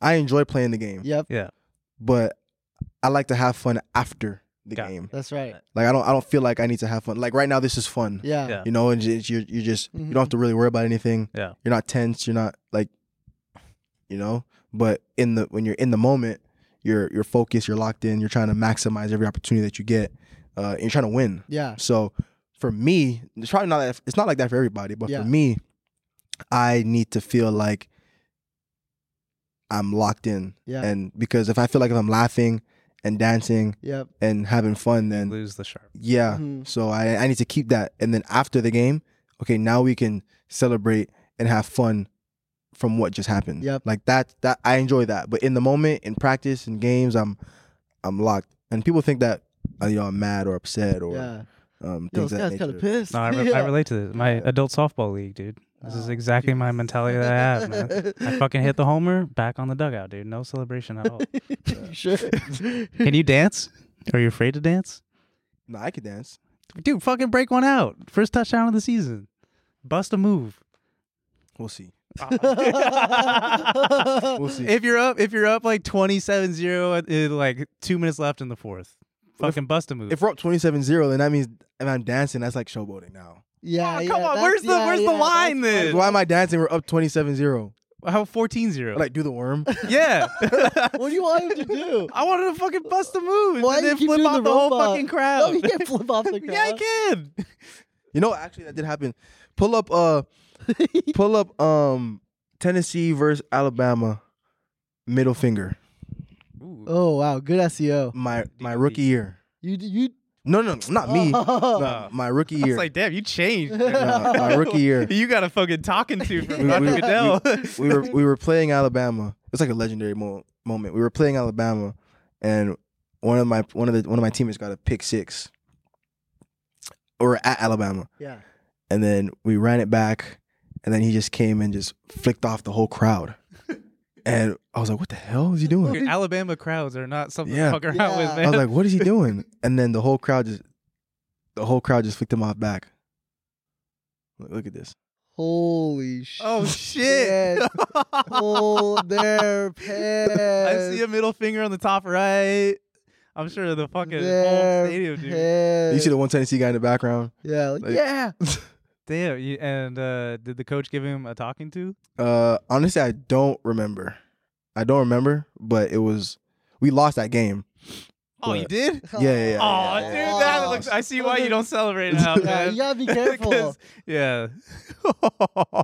C: I enjoy playing the game,
A: Yep.
B: yeah.
C: but I like to have fun after the
B: Got it.
C: game.
A: That's right.
C: Like I don't I don't feel like I need to have fun. Like right now this is fun.
A: Yeah.
B: Yeah. Mm-hmm.
C: You know, and it's- you're you're just you don't have to really worry about anything.
B: Yeah.
C: You're not tense, you're not like you know, but in the when you're in the moment, you're you're focused, you're locked in, you're trying to maximize every opportunity that you get. Uh and you're trying to win.
A: Yeah.
C: So for me, it's probably not that it's not like that for everybody, but
A: Yeah.
C: for me, I need to feel like I'm locked in.
A: Yeah.
C: And because if I feel like if I'm laughing and dancing
A: Yep.
C: and having fun, then
B: Lose the sharp.
C: yeah.
A: Mhm.
C: So I I need to keep that. And then after the game, okay, now we can celebrate and have fun from what just happened.
A: Yep.
C: Like that that I enjoy that. But in the moment, in practice, in games, I'm I'm locked. And people think that uh, you know, I'm mad or upset or
A: Yeah.
C: um,
A: Yo,
C: things
A: this
C: of that
A: guy's kind
C: nature.
A: of pissed.
B: No, I,
A: [LAUGHS]
B: re-
A: yeah.
B: I relate to this. My adult softball league, dude. This is
A: Oh,
B: exactly my mentality that I have, man.
A: [LAUGHS]
B: I fucking hit the homer, back on the dugout, dude. No celebration at all.
A: You
B: [LAUGHS]
A: sure. [LAUGHS]
B: Can you dance? Are you afraid to dance?
C: No, I could dance.
B: Dude, fucking break one out. First touchdown of the season. Bust a move.
C: We'll see.
B: if
C: We'll see.
B: you're up, if you're up like 27-0 at- uh, like 2 minutes left in the fourth. Fucking bust a move.
C: if we're up 27-0, then that means if I'm dancing, that's like showboating now.
A: yeah,
B: Ah,
A: yeah,
B: come on,
A: that's-
B: where's the
A: yeah,
B: where's
A: yeah,
B: the line
A: that's-
B: then?
C: Why am I dancing? We're up 27-0.
B: How 14-0?
C: I, like do the [LAUGHS] worm.
B: [LAUGHS] yeah.
A: [LAUGHS] What do you want him to
B: [LAUGHS]
A: do?
B: I wanted to fucking bust a move
A: Why
B: and
A: you
B: then
A: keep
B: flip
A: doing
B: off the,
A: the
B: whole
A: robot?
C: [LAUGHS]
B: fucking crowd.
A: No, you
B: [LAUGHS]
A: can't flip off the
B: yeah, I
A: crowd.
B: can.
C: [LAUGHS] You know, actually that did happen. Pull up uh pull up um Tennessee versus Alabama, middle finger.
A: Oh wow, good SEO.
C: My my rookie year.
A: You d- you
C: No, no,
A: [LAUGHS]
C: not me.
A: Oh.
C: No, my rookie
B: It's
C: year.
B: like, damn, you
C: [LAUGHS]
B: changed.
C: No, my rookie year.
B: [LAUGHS] you got a fucking talking to
C: [LAUGHS] We-
B: from Roger
C: we-
B: Goodell. [LAUGHS]
C: we were we were playing Alabama. It's like a legendary mo- moment. We were playing Alabama, and one of my one of the one of my teammates got a pick six, or at Alabama,
A: Yeah.
C: and then we ran it back, and then he just came and just flicked off the whole crowd, and I was like, "What the hell is he doing?"
B: Dude, Alabama crowds are not something
C: Yeah.
B: to fuck around with,
A: Yeah.
C: [LAUGHS] I
B: man.
C: was like, "What is he doing?" And then the whole crowd just the whole crowd just flicked him off back. Look, look at this.
A: Holy shit.
B: [LAUGHS]
C: [LAUGHS]
B: oh shit!
A: Yes.
B: [LAUGHS]
A: Hold their pants.
B: I see a middle finger on the top right. I'm sure the fucking
A: Their
B: whole stadium, dude.
C: You see
A: pants.
C: the one Tennessee guy in the background?
A: yeah. like,
C: Like-
B: [LAUGHS]
A: yeah.
B: Damn. You, and uh, did the coach give him a talking to?
C: Uh, honestly, I don't remember. I don't remember, but it was we lost that game.
B: Oh, you
C: What?
B: did?
C: Yeah, yeah, yeah.
B: Oh,
C: yeah,
B: dude,
C: yeah,
B: that
C: yeah.
B: looks. I see why you
C: [LAUGHS]
B: don't celebrate now,
A: Yeah,
B: man. [LAUGHS]
A: you gotta be careful.
B: 'Cause- yeah. [LAUGHS]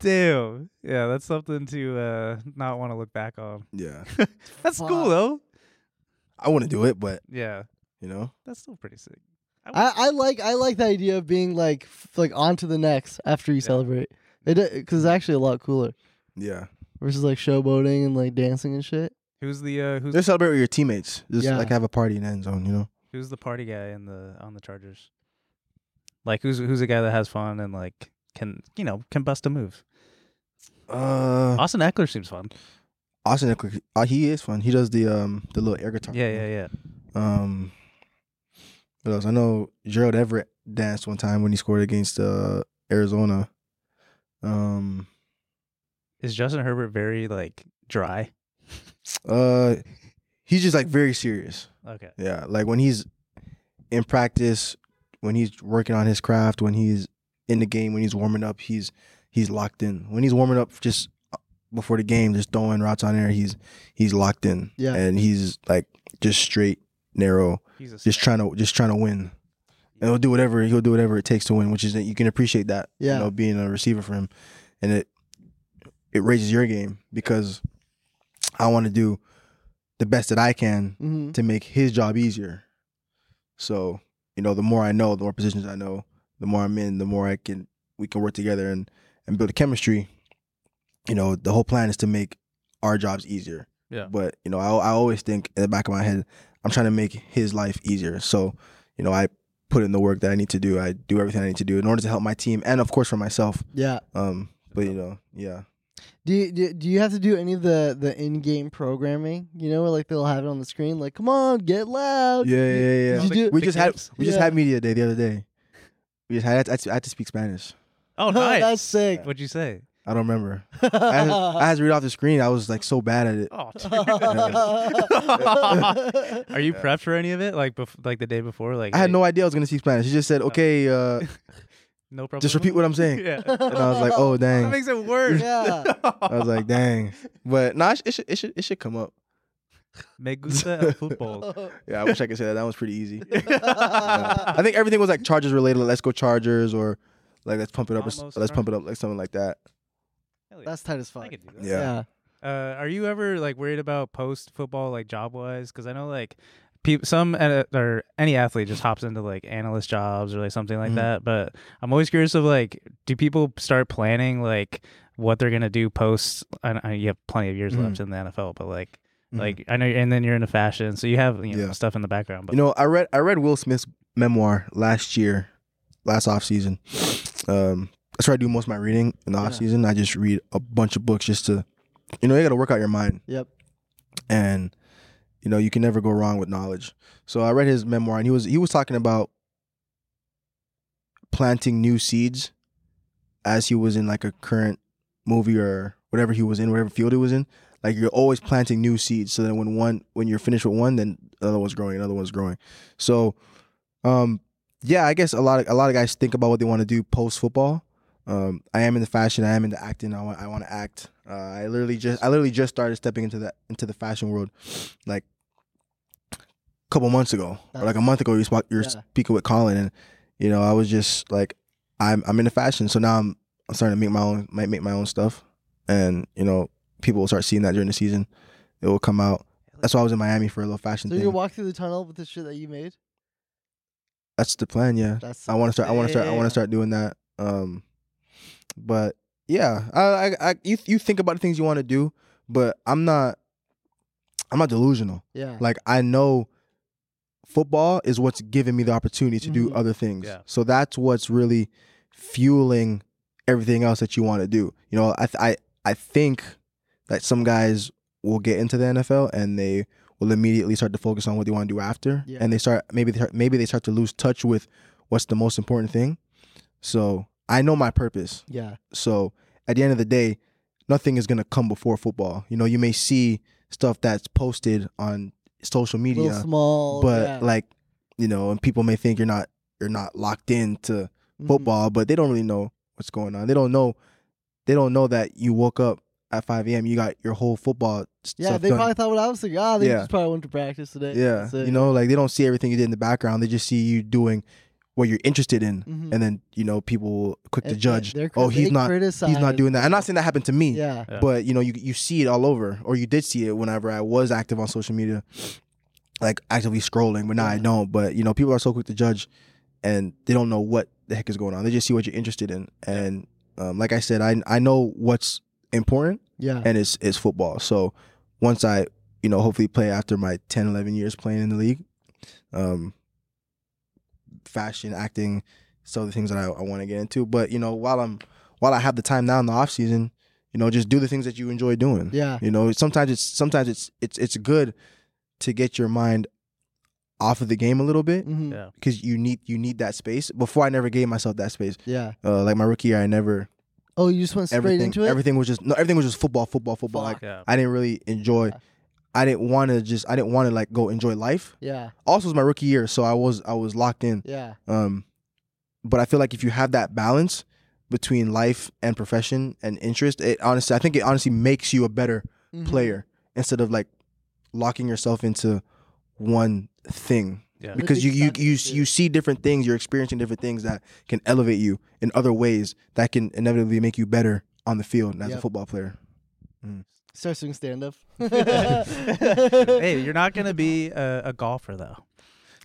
B: Damn. Yeah, that's something to uh, not want to look back on.
C: Yeah,
B: That's
A: Fuck.
B: cool though.
C: [LAUGHS] I want to do it, but
B: Yeah,
C: you know,
B: that's still pretty sick.
A: I, I like I like the idea of being like f- like on to the next after you celebrate. It because it's actually a lot cooler
C: yeah,
A: versus like showboating and like dancing and shit.
B: Who's the uh, who's
C: just celebrate with your teammates. Just
A: Yeah.
C: like have a party in the end zone, you know.
B: who's the party guy in the on the Chargers? Like who's who's a guy that has fun and like can you know can bust a move?
C: Uh,
B: Austin Eckler seems fun.
C: Austin, Eckler, uh, he is fun. He does the um the little air guitar.
B: Yeah, yeah, yeah.
C: Um, what else? I know Gerald Everett danced one time when he scored against uh Arizona. Um,
B: Is Justin Herbert very like dry?
C: uh, he's just like very serious.
B: Okay.
C: Yeah, like when he's in practice, when he's working on his craft, when he's in the game, when he's warming up, he's he's locked in. When he's warming up, just uh, before the game, just throwing routes on air, he's he's locked in.
A: Yeah.
C: and he's like just straight, narrow,
B: He's a
C: just
B: stud.
C: trying to just trying to win. And he'll do whatever he'll do whatever it takes to win, which is you can appreciate that.
A: Yeah.
C: you know, being a receiver for him, and it it raises your game because I want to do the best that I can
A: Mm-hmm.
C: to make his job easier. So, you know, the more I know, the more positions I know, the more I'm in, the more I can we can work together and and build a chemistry. You know, the whole plan is to make our jobs easier.
B: Yeah.
C: But you know, I I always think in the back of my head, I'm trying to make his life easier. So, you know, I put in the work that I need to do. I do everything I need to do in order to help my team and of course for myself.
A: Yeah.
C: Um, but you know, yeah.
A: Do you, do, do you have to do any of the the in game programming? You know, where like they'll have it on the screen, like "Come on, get loud."
C: Yeah, yeah, yeah.
A: Did you do-
C: we just had
B: Pickups?
C: we just
A: Yeah.
C: had media day the other day. We just had I had to, I had to speak Spanish. [LAUGHS]
B: Oh, nice.
A: That's sick.
B: What'd you say?
C: I don't remember. I had, I had to read off the screen. I was like so bad at it. [LAUGHS]
B: Oh, dude.
A: Are
B: [LAUGHS] Are you prepped for any of it? Like bef- like the day before? Like
C: I had
B: hey,
C: no idea I was gonna speak Spanish. She just said, "Okay, uh,
B: no problem.
C: just repeat what I'm
B: [LAUGHS]
C: saying,"
B: yeah.
C: and I was like, "Oh
B: [LAUGHS] That
C: dang."
B: makes it worse.
A: Yeah.
C: [LAUGHS] I was like, "Dang," but no, nah, it should it should it should come up.
B: Me gusta el
C: [LAUGHS]
B: football.
C: Yeah, I wish I could say that. That was pretty easy.
B: [LAUGHS]
C: Yeah. I think everything was like Chargers related. Like, let's go Chargers, or like let's pump it up, or, s-
B: Almost
C: let's pump it up, like something like that.
B: Hell
A: [LAUGHS]
B: yeah.
A: That's tight as
B: I
A: fuck.
B: could do that.
C: Yeah.
B: Uh, are you ever like worried about post football like job wise? Because I know like peop some uh, or any athlete just hops into like analyst jobs or like something like
C: Mhm.
B: that. But I'm always curious of like, do people start planning like what they're gonna do post? I, I, you have plenty of years
C: Mm-hmm.
B: left in the NFL, but like
C: Mhm.
B: like I know, and then you're into fashion, so you have you know,
C: Yeah.
B: stuff in the background. But [LAUGHS]
C: You know, I read I read Will Smith's memoir last year, last off season. Um, that's where I do most of my reading in the off season. I just read a bunch of books just to, you know, you got to work out your mind,
A: Yep.
C: and you know you can never go wrong with knowledge. So I read his memoir, and he was he was talking about planting new seeds as he was in like a current movie or whatever he was in, whatever field he was in. Like you're always planting new seeds, so then when one when you're finished with one, then another one's growing, another one's growing. So, um, yeah, I guess a lot of a lot of guys think about what they want to do post football. Um, I am in the fashion. I am into acting. I want I want to act. Uh, I literally just I literally just started stepping into that into the fashion world, like a couple months ago or like a month ago. You spoke you're
A: Yeah.
C: speaking with Colin, and you know I was just like I'm I'm into fashion, so now I'm I'm starting to make my own might make my own stuff. and you know people will start seeing that during the season. It will come out. That's why I was in Miami for a little fashion
A: So you're
C: thing.
A: gonna walk through the tunnel with the shit that you made.
C: That's the plan. Yeah,
A: That's
C: I want to start. I want to start. I want
A: Yeah.
C: to start doing that. Um, but yeah, I, I, I you, you think about the things you want to do, but I'm not, I'm not delusional.
A: Yeah.
C: Like I know football is what's giving me the opportunity to do
A: Mhm.
C: other things.
B: Yeah.
C: So that's what's really fueling everything else that you want to do. You know, I th- I I think that some guys will get into the NFL and they will immediately start to focus on what they want to do after
A: Yeah.
C: and they start maybe they start, maybe they start to lose touch with what's the most important thing. So, I know my purpose.
A: yeah.
C: So at the end of the day, nothing is gonna come before football. You know, you may see stuff that's posted on social media,
A: Little small.
C: but
A: yeah.
C: like you know, and people may think you're not you're not locked into
A: Mhm.
C: football, but they don't really know what's going on. They don't know they don't know that you woke up at 5 a.m. You got your whole football. s-
A: Yeah,
C: stuff
A: they
C: done.
A: probably thought what I was thinking. Ah, they
C: Yeah.
A: just probably went to practice today.
C: Yeah,
A: That's it.
C: you know, like they don't see everything you did in the background. They just see you doing what you're interested in,
A: Mhm.
C: and then you know people will quick to
A: And-
C: judge.
A: they're cri-
C: Oh, he's
A: they
C: not. He's
A: criticize
C: not doing that. I'm not saying that happened to me.
A: Yeah.
B: Yeah.
C: but you know you you see it all over or you did see it whenever i was active on social media like actively scrolling but now i
A: Yeah.
C: don't but you know people are so quick to judge and they don't know what the heck is going on they just see what you're interested in and um, like i said i i know what's important
A: Yeah.
C: and it's it's football so once i you know hopefully play after my 10 11 years playing in the league um fashion acting some of the things that i, I want to get into but you know while i'm while i have the time now in the off season you know just do the things that you enjoy doing
A: Yeah.
C: you know sometimes it's sometimes it's it's it's good to get your mind off of the game a little bit
A: Mhm.
B: Yeah.
C: because you need you need that space before i never gave myself that space
A: Yeah.
C: uh, like my rookie year i never
A: Oh, you just went straight
C: everything
A: into it.
C: everything was just no everything was just football football football
A: Fuck.
C: like
B: Yeah.
C: I didn't really enjoy.
A: Yeah.
C: I didn't want to just. I didn't want to like go enjoy life.
A: Yeah.
C: Also, it was my rookie year, so I was I was locked in.
A: Yeah.
C: Um, but I feel like if you have that balance between life and profession and interest, it honestly I think it honestly makes you a better
A: Mhm.
C: player instead of like locking yourself into one thing.
B: Yeah.
C: Because you you
A: Exactly,
C: you
A: yeah.
C: you see different things, you're experiencing different things that can elevate you in other ways that can inevitably make you better on the field and as a
A: Yep.
C: football player.
A: Starts doing stand [LAUGHS]
C: [LAUGHS]
A: up.
B: hey, you're not gonna be a, a golfer though.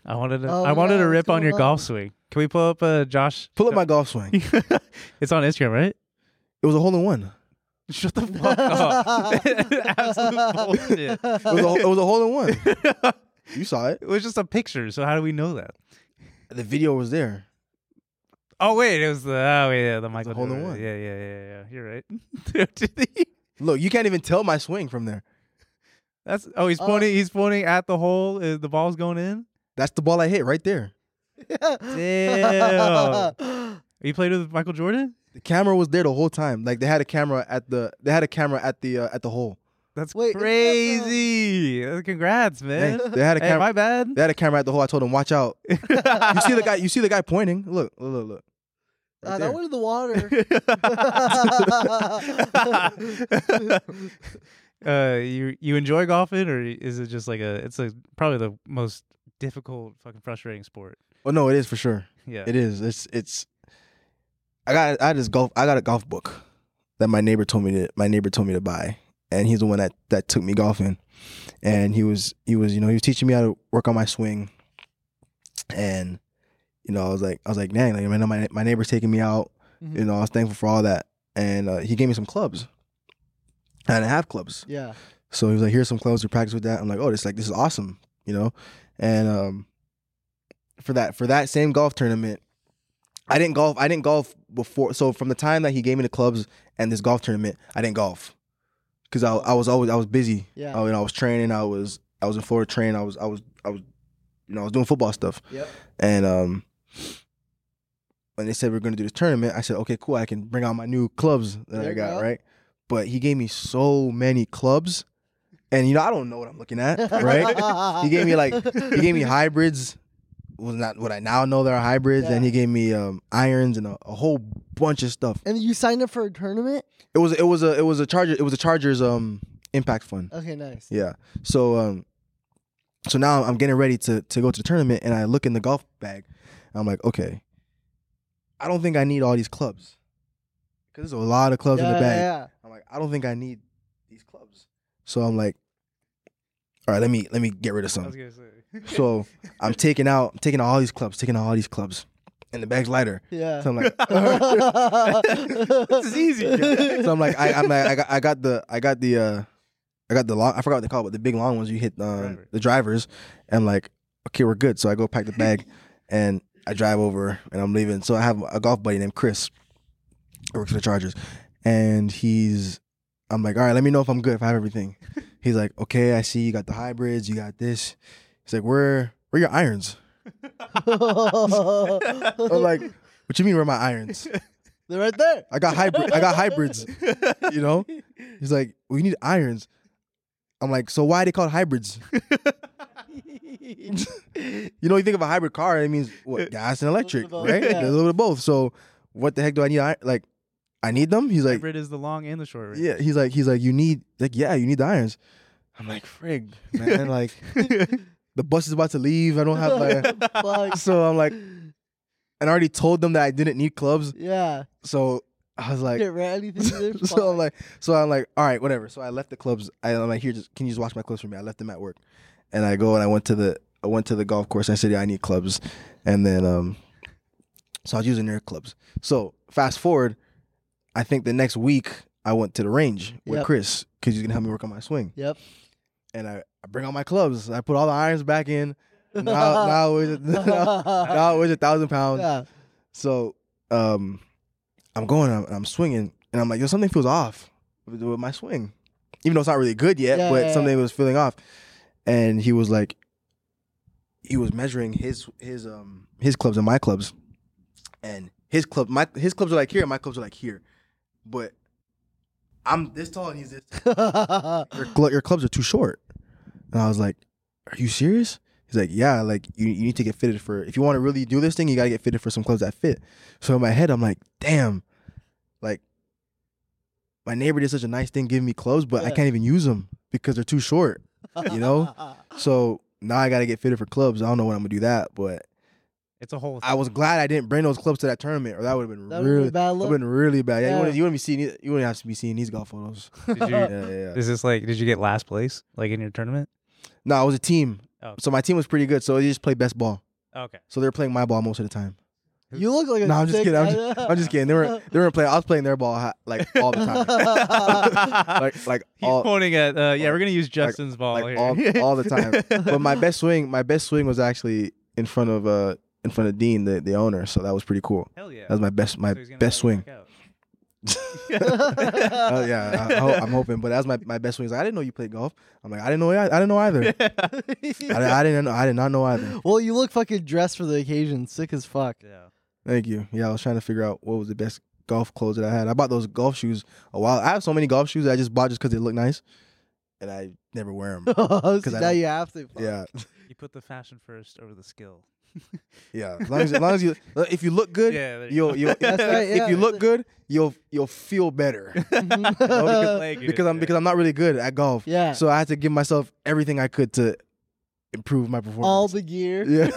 B: I wanted to.
A: Oh,
B: I wanted
A: yeah,
B: to
A: what's
B: rip on
A: going
B: your
A: on?
B: golf swing. Can we pull up uh, Josh?
C: Pull up my golf
A: [LAUGHS]
C: swing.
B: [LAUGHS] it's on Instagram, right?
C: It was a hole in one.
B: Shut the fuck up. Absolute bullshit.
C: It was a, it was a hole in one. You saw it.
B: [LAUGHS] It was just a picture. So how do we know that?
C: The video was there.
B: Oh wait, it was the oh yeah the Michael
C: hole in
B: Jordan.
C: one.
B: Yeah yeah yeah yeah. You're right.
C: Look, you can't even tell my swing from there.
B: [LAUGHS] That's oh he's
A: Uh,
B: pointing he's pointing at the hole. Uh, the ball's going in.
C: That's the ball I hit right there.
A: Ah,
B: Damn. you played with Michael Jordan?
C: The camera was there the whole time. Like they had a camera at the they had a camera at the uh, at the hole.
B: That's
A: Wait, isn't that the-
B: crazy. Uh, Congrats, man.
C: [LAUGHS] Thanks. They had a
B: Hey,
C: camera-
B: my bad.
C: They had a camera at the hole. I told him, watch out. you see the guy. You see the guy pointing. Look, look, look, look. Right
A: Ah,
C: there.
A: that went in the
C: [LAUGHS]
A: water.
B: [LAUGHS] uh, you you enjoy golfing, or is it just like a? It's like probably the most difficult, fucking frustrating sport.
C: Oh no, it is for sure.
B: Yeah,
C: It is. It's it's. I got I just golf. I got a golf book that my neighbor told me to my neighbor told me to buy, and he's the one that that took me golfing, and he was he was you know he was teaching me how to work on my swing, and you know I was like I was like dang like man my my neighbor's taking me out,
A: Mhm.
C: you know I was thankful for all that, and uh, he gave me some clubs, and I didn't have clubs,
A: yeah.
C: so he was like, "Here's some clothes to practice with that." I'm like, "Oh, this like this is awesome," you know. And um, for that for that same golf tournament, I didn't golf. I didn't golf before. So from the time that he gave me the clubs and this golf tournament, I didn't golf because I, I was always I was busy.
A: Yeah.
C: I, you know, I was training. I was I was in Florida training. I was I was I was you know I was doing football stuff.
A: Yep.
C: And um, when they said we're going to do this tournament, I said, okay, cool. I can bring out my new clubs that
A: There
C: I
A: you
C: got,
A: go.
C: right? But he gave me so many clubs, and you know I don't know what I'm looking at,
A: [LAUGHS]
C: right? he gave me like he gave me hybrids, was not what I now know they're hybrids, and
A: Yeah.
C: he gave me um, irons and a, a whole bunch of stuff.
A: And you signed up for a tournament?
C: It was it was a it was a charger it was a Chargers um impact fund.
A: Okay, nice.
C: Yeah. So um so now I'm getting ready to to go to the tournament and I look in the golf bag. I'm like, okay. I don't think I need all these clubs. Cuz there's a lot of clubs in the
A: Yeah,
C: bag.
A: yeah,
C: I'm like, I don't think I need these clubs. So I'm like, all right, let me let me get rid of some.
B: gonna say. [LAUGHS]
C: So I'm taking out I'm taking out all these clubs, taking out all these clubs, and the bag's lighter.
A: Yeah.
C: So
A: [LAUGHS]
C: I'm like,
A: this
B: is easy, guys.
C: so I'm like, I, I'm like, I got, I got the, I got the, uh, I got the long. I forgot what they call it, but the big long ones. You hit um,
B: Driver.
C: the drivers, and like, okay, we're good. So I go pack the bag, and I drive over, and I'm leaving. So I have a golf buddy named Chris, who works for the Chargers, and he's, I'm like, all right, let me know if I'm good, if I have everything. He's like, okay, I see you got the hybrids, you got this. He's like, where, where your irons? I'm like, what you mean, where are my irons?
A: They're right there.
C: I got hybrid. I
A: [LAUGHS]
C: got hybrids. You know, he's like, we need irons. I'm like, so why are they called hybrids? you know, you think of a hybrid car, it means what gas and electric,
A: both,
C: right?
A: yeah.
C: A little bit of both. So, what the heck do I need? I, like, I need them. He's like,
B: Hybrid is the long and the short range.
C: yeah. He's like, he's like, you need, like, yeah, you need the irons. I'm like, frig, man. like, the bus is about to leave. I don't
A: [LAUGHS]
C: have like,
A: Fuck.
C: [LAUGHS] so I'm like, and I already told them that I didn't need clubs.
A: yeah.
C: So I was like,
A: Get ready. They're
C: [LAUGHS] so I'm like, so I'm like, all right, whatever. So I left the clubs. I, am like, here, just can you just watch my clubs for me? I left them at work, and I go and I went to the I went to the golf course. And I said, yeah, I need clubs, and then um, so I was using their clubs. So fast forward, I think the next week I went to the range with
A: Yep.
C: Chris because he's gonna help me work on my swing,
A: yep.
C: and I, I bring all my clubs. I put all the irons back in.
A: [LAUGHS]
C: Now, now, it's, [LAUGHS] now, now it weighs a thousand pounds.
A: yeah.
C: So um, I'm going, I'm, I'm swinging, and I'm like, yo, something feels off with, with my swing, even though it's not really good yet,
A: Yeah,
C: but
A: yeah, yeah.
C: something was feeling off. And he was like, he was measuring his his um his clubs and my clubs, and his club my his clubs are like here, and my clubs are like here, but I'm this tall and he's this. Tall your, cl- your clubs are too short. And I was like, are you serious? He's like, yeah, like you, you need to get fitted for, if you want to really do this thing, you got to get fitted for some clubs that fit. So in my head, I'm like, damn, like my neighbor did such a nice thing giving me clubs, but I
A: Yeah.
C: can't even use them because they're too short, [LAUGHS]
A: [LAUGHS]
C: you know? so now I got to get fitted for clubs. I don't know when I'm going to do that, but
B: It's a whole.
C: I was glad I didn't bring those clubs to that tournament or that would have been
A: That would've been
C: really,
A: a bad
C: that
A: look.
C: would've been really bad. Yeah,
A: Yeah. Uh,
C: you wouldn't, you wouldn't be seeing, these- you wouldn't have to be seeing these golf photos.
B: Did you-
C: Yeah, yeah, yeah.
B: Is this like? Did you get last place like in your tournament?
C: No, it was a team.
B: Oh.
C: So my team was pretty good. So they just played best ball.
B: [LAUGHS] Okay.
C: So they were playing my ball most of the time.
A: you look like a
C: No, I'm just
A: dick.
C: kidding. I'm just,
A: Uh,
C: I'm just kidding.
A: [LAUGHS]
C: They were they were playing. I was playing their ball ha- like all
B: [LAUGHS]
C: the time, [LAUGHS] like like
B: He's
C: all
B: pointing at. Uh, yeah, we're gonna [LAUGHS] use Justin's ball
C: like
B: here.
C: all, [LAUGHS]
B: [LAUGHS]
C: all the time. But my [LAUGHS] best swing, my best swing was actually in front of uh in front of Dean, the, the owner. So that was pretty cool.
B: Hell yeah.
C: That was my best my
B: So he's gonna
C: best
B: let you
C: swing.
B: back out.
C: Uh, yeah, I, I hope, I'm hoping. But that was my, my best swing. He's like, I didn't know you played golf. I'm like, I didn't know. I, I didn't
B: [LAUGHS]
C: know either. I, I didn't. know- I did not know either.
A: well, you look fucking dressed for the occasion. Sick as fuck.
B: Yeah.
C: Thank you. Yeah, I was trying to figure out what was the best golf clothes that I had. I bought those golf shoes a while. I have so many golf shoes that I just bought just because they look nice, and I never wear
A: [LAUGHS]
C: them.
A: Oh, See,
C: I
A: now
C: don't-
A: you have to. fuck. [LAUGHS]
C: [LAUGHS] yeah,
B: You put the fashion first over the skill.
C: yeah. As long as, as long as you, uh, if you look good,
B: Yeah, there you
C: you'll,
B: go.
C: you'll.
A: That's right,
C: if
A: yeah.
C: you look good, you'll, you'll feel better. You know,
A: [LAUGHS]
C: because-
B: Play good,
C: because I'm
B: yeah.
C: because I'm not really good at golf.
A: Yeah.
C: So I had to give myself everything I could to improve my performance.
A: All the gear.
C: [LAUGHS] Yeah.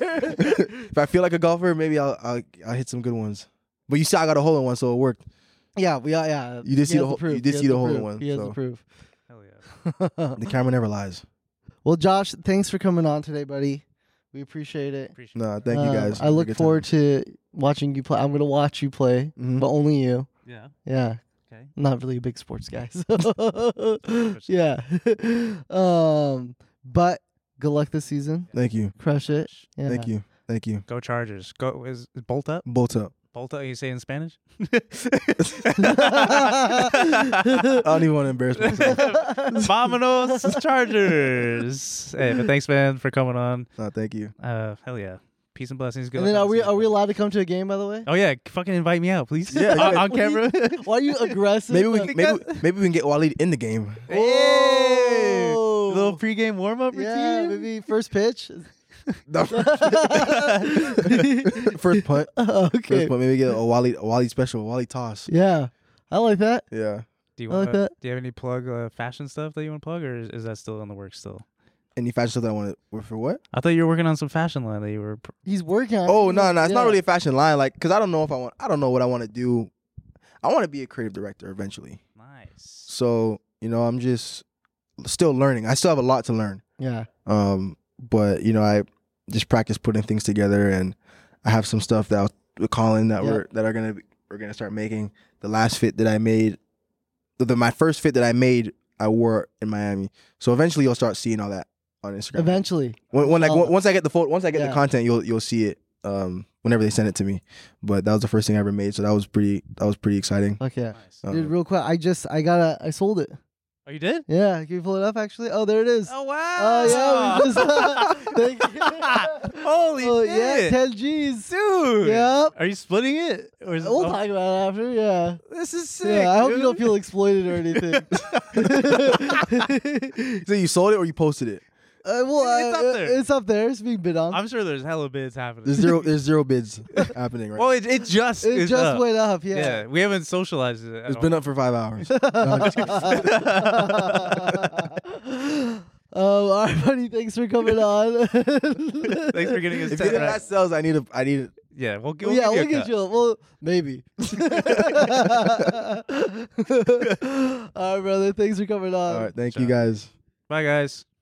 C: if I feel like a golfer, maybe I'll, I'll I'll hit some good ones. But you saw I got a hole in one, so it worked.
A: [LAUGHS] Yeah, we are. Yeah,
C: You did see
A: He
C: the
A: has
C: whole-
A: proof.
C: you
A: He
C: did see
A: has
C: the whole
A: proof.
C: one,
A: He has the
C: so.
A: proof.
B: Hell yeah.
C: [LAUGHS] The camera never lies.
A: well, Josh, thanks for coming on today, buddy. We appreciate it.
B: Appreciate
C: No, thank you
A: Um,
C: guys.
A: I look forward to watching you play. I'm gonna watch you play,
C: Mhm.
A: but only you.
B: it. Yeah.
A: Yeah.
B: Okay.
A: I'm Not really a big sports guy. so- [LAUGHS] yeah. [LAUGHS] um, but good luck this season.
C: Thank you.
A: Crush it. Yeah.
C: Thank you. Thank you.
B: Go Chargers. Go is, is bolt up.
C: Bolt up.
B: Bolt up. You say
A: [LAUGHS]
B: in Spanish? [LAUGHS]
C: I don't even want to embarrass myself.
A: [LAUGHS]
B: Vominos Chargers. Hey, but thanks, man, for coming on.
C: no, thank you.
B: Uh, hell yeah. Peace and blessings. Good
A: And then are
B: luck on
A: we
B: the
A: are we
B: season.
A: allowed to come to a game by the way?
B: Oh yeah, fucking invite me out, please. [LAUGHS]
C: Yeah,
B: on,
C: yeah.
B: on camera.
A: Why are you aggressive?
C: Maybe we
A: Uh,
C: can- maybe maybe we can get Waleed in the game.
B: [LAUGHS] Hey!
A: Whoa.
B: Little pregame warm up
A: [LAUGHS] Oh. yeah,
B: routine.
A: maybe first
B: [LAUGHS]
A: pitch. [LAUGHS]
C: The first- [LAUGHS] First punt.
A: okay.
C: First punt. Maybe get a Waleed a Waleed special, a Waleed toss.
A: Yeah. I like that.
C: Yeah.
B: Do you
A: I
B: want?
A: like that.
B: Do you have any plug uh, fashion stuff that you want to plug, or is, is that still in the works still?
C: Any fashion stuff that I want to for what?
B: I thought you were working on some fashion line that you were. Pr-
A: He's working on
C: Oh no, no, it's not
A: Yeah.
C: really a fashion line. Like, cause I don't know if I want. I don't know what I want to do. I want to be a creative director eventually.
B: nice. Nice.
C: So you know, I'm just still learning. I still have a lot to learn.
A: Yeah.
C: Um, but you know, I just practice putting things together, and I have some stuff that I'll, with Colin that
A: Yeah.
C: we're that are gonna be- we're gonna start making. The last fit that I made, the, the my first fit that I made, I wore in Miami. So eventually, you'll start seeing all that on Instagram.
A: Eventually.
C: When, when like
A: Oh.
C: once I get the photo, once I get
A: Yeah.
C: the content, you'll you'll see it. Um, whenever they send it to me, but that was the first thing I ever made, so that was pretty that was pretty exciting.
A: Fuck yeah.
B: Nice.
C: Uh,
A: Dude, real quick, I just I gotta I sold it.
B: Oh, you did?
A: Yeah, can you pull it up actually? Oh, there it is.
B: Oh wow.
A: Oh, yeah, we just- [LAUGHS] Thank [LAUGHS] you.
B: [LAUGHS] Holy
A: Oh, yeah,
B: shit.
A: ten G's.
B: Dude.
A: Yep.
B: Are you splitting it? Or is
A: We'll
B: oh,
A: talk about it after. Yeah.
B: This is sick.
A: Yeah. I hope you don't
B: dude.
A: feel exploited or anything.
B: [LAUGHS]
A: [LAUGHS]
C: [LAUGHS] so you sold it or you posted it?
A: Uh, well,
B: It's
A: uh,
B: up
A: uh,
B: there.
A: It's up there. It's being bid on.
B: I'm sure there's hella bids happening.
C: There's zero there's zero [LAUGHS] bids happening right.
B: well, it, it just
A: it
B: is
A: just
B: up.
A: went up.
B: Yeah. [LAUGHS]
A: Yeah.
B: we haven't socialized it. At
C: It's
B: all.
C: been up for five
A: [LAUGHS]
C: hours.
A: um, all right, buddy. Thanks for coming
B: [LAUGHS]
A: on. [LAUGHS]
B: Thanks for getting us.
C: if
B: 10
C: you
B: right.
C: that sells, I need a I need.
B: Yeah, we'll, g-
A: Well,
B: we'll
A: yeah,
B: give
A: we'll
B: you a
A: get
B: cut.
A: you. a- Well,
B: [LAUGHS]
A: maybe. [LAUGHS] all right, brother. Thanks for coming on. Um,
C: All right, thank you guys.
B: Bye, guys.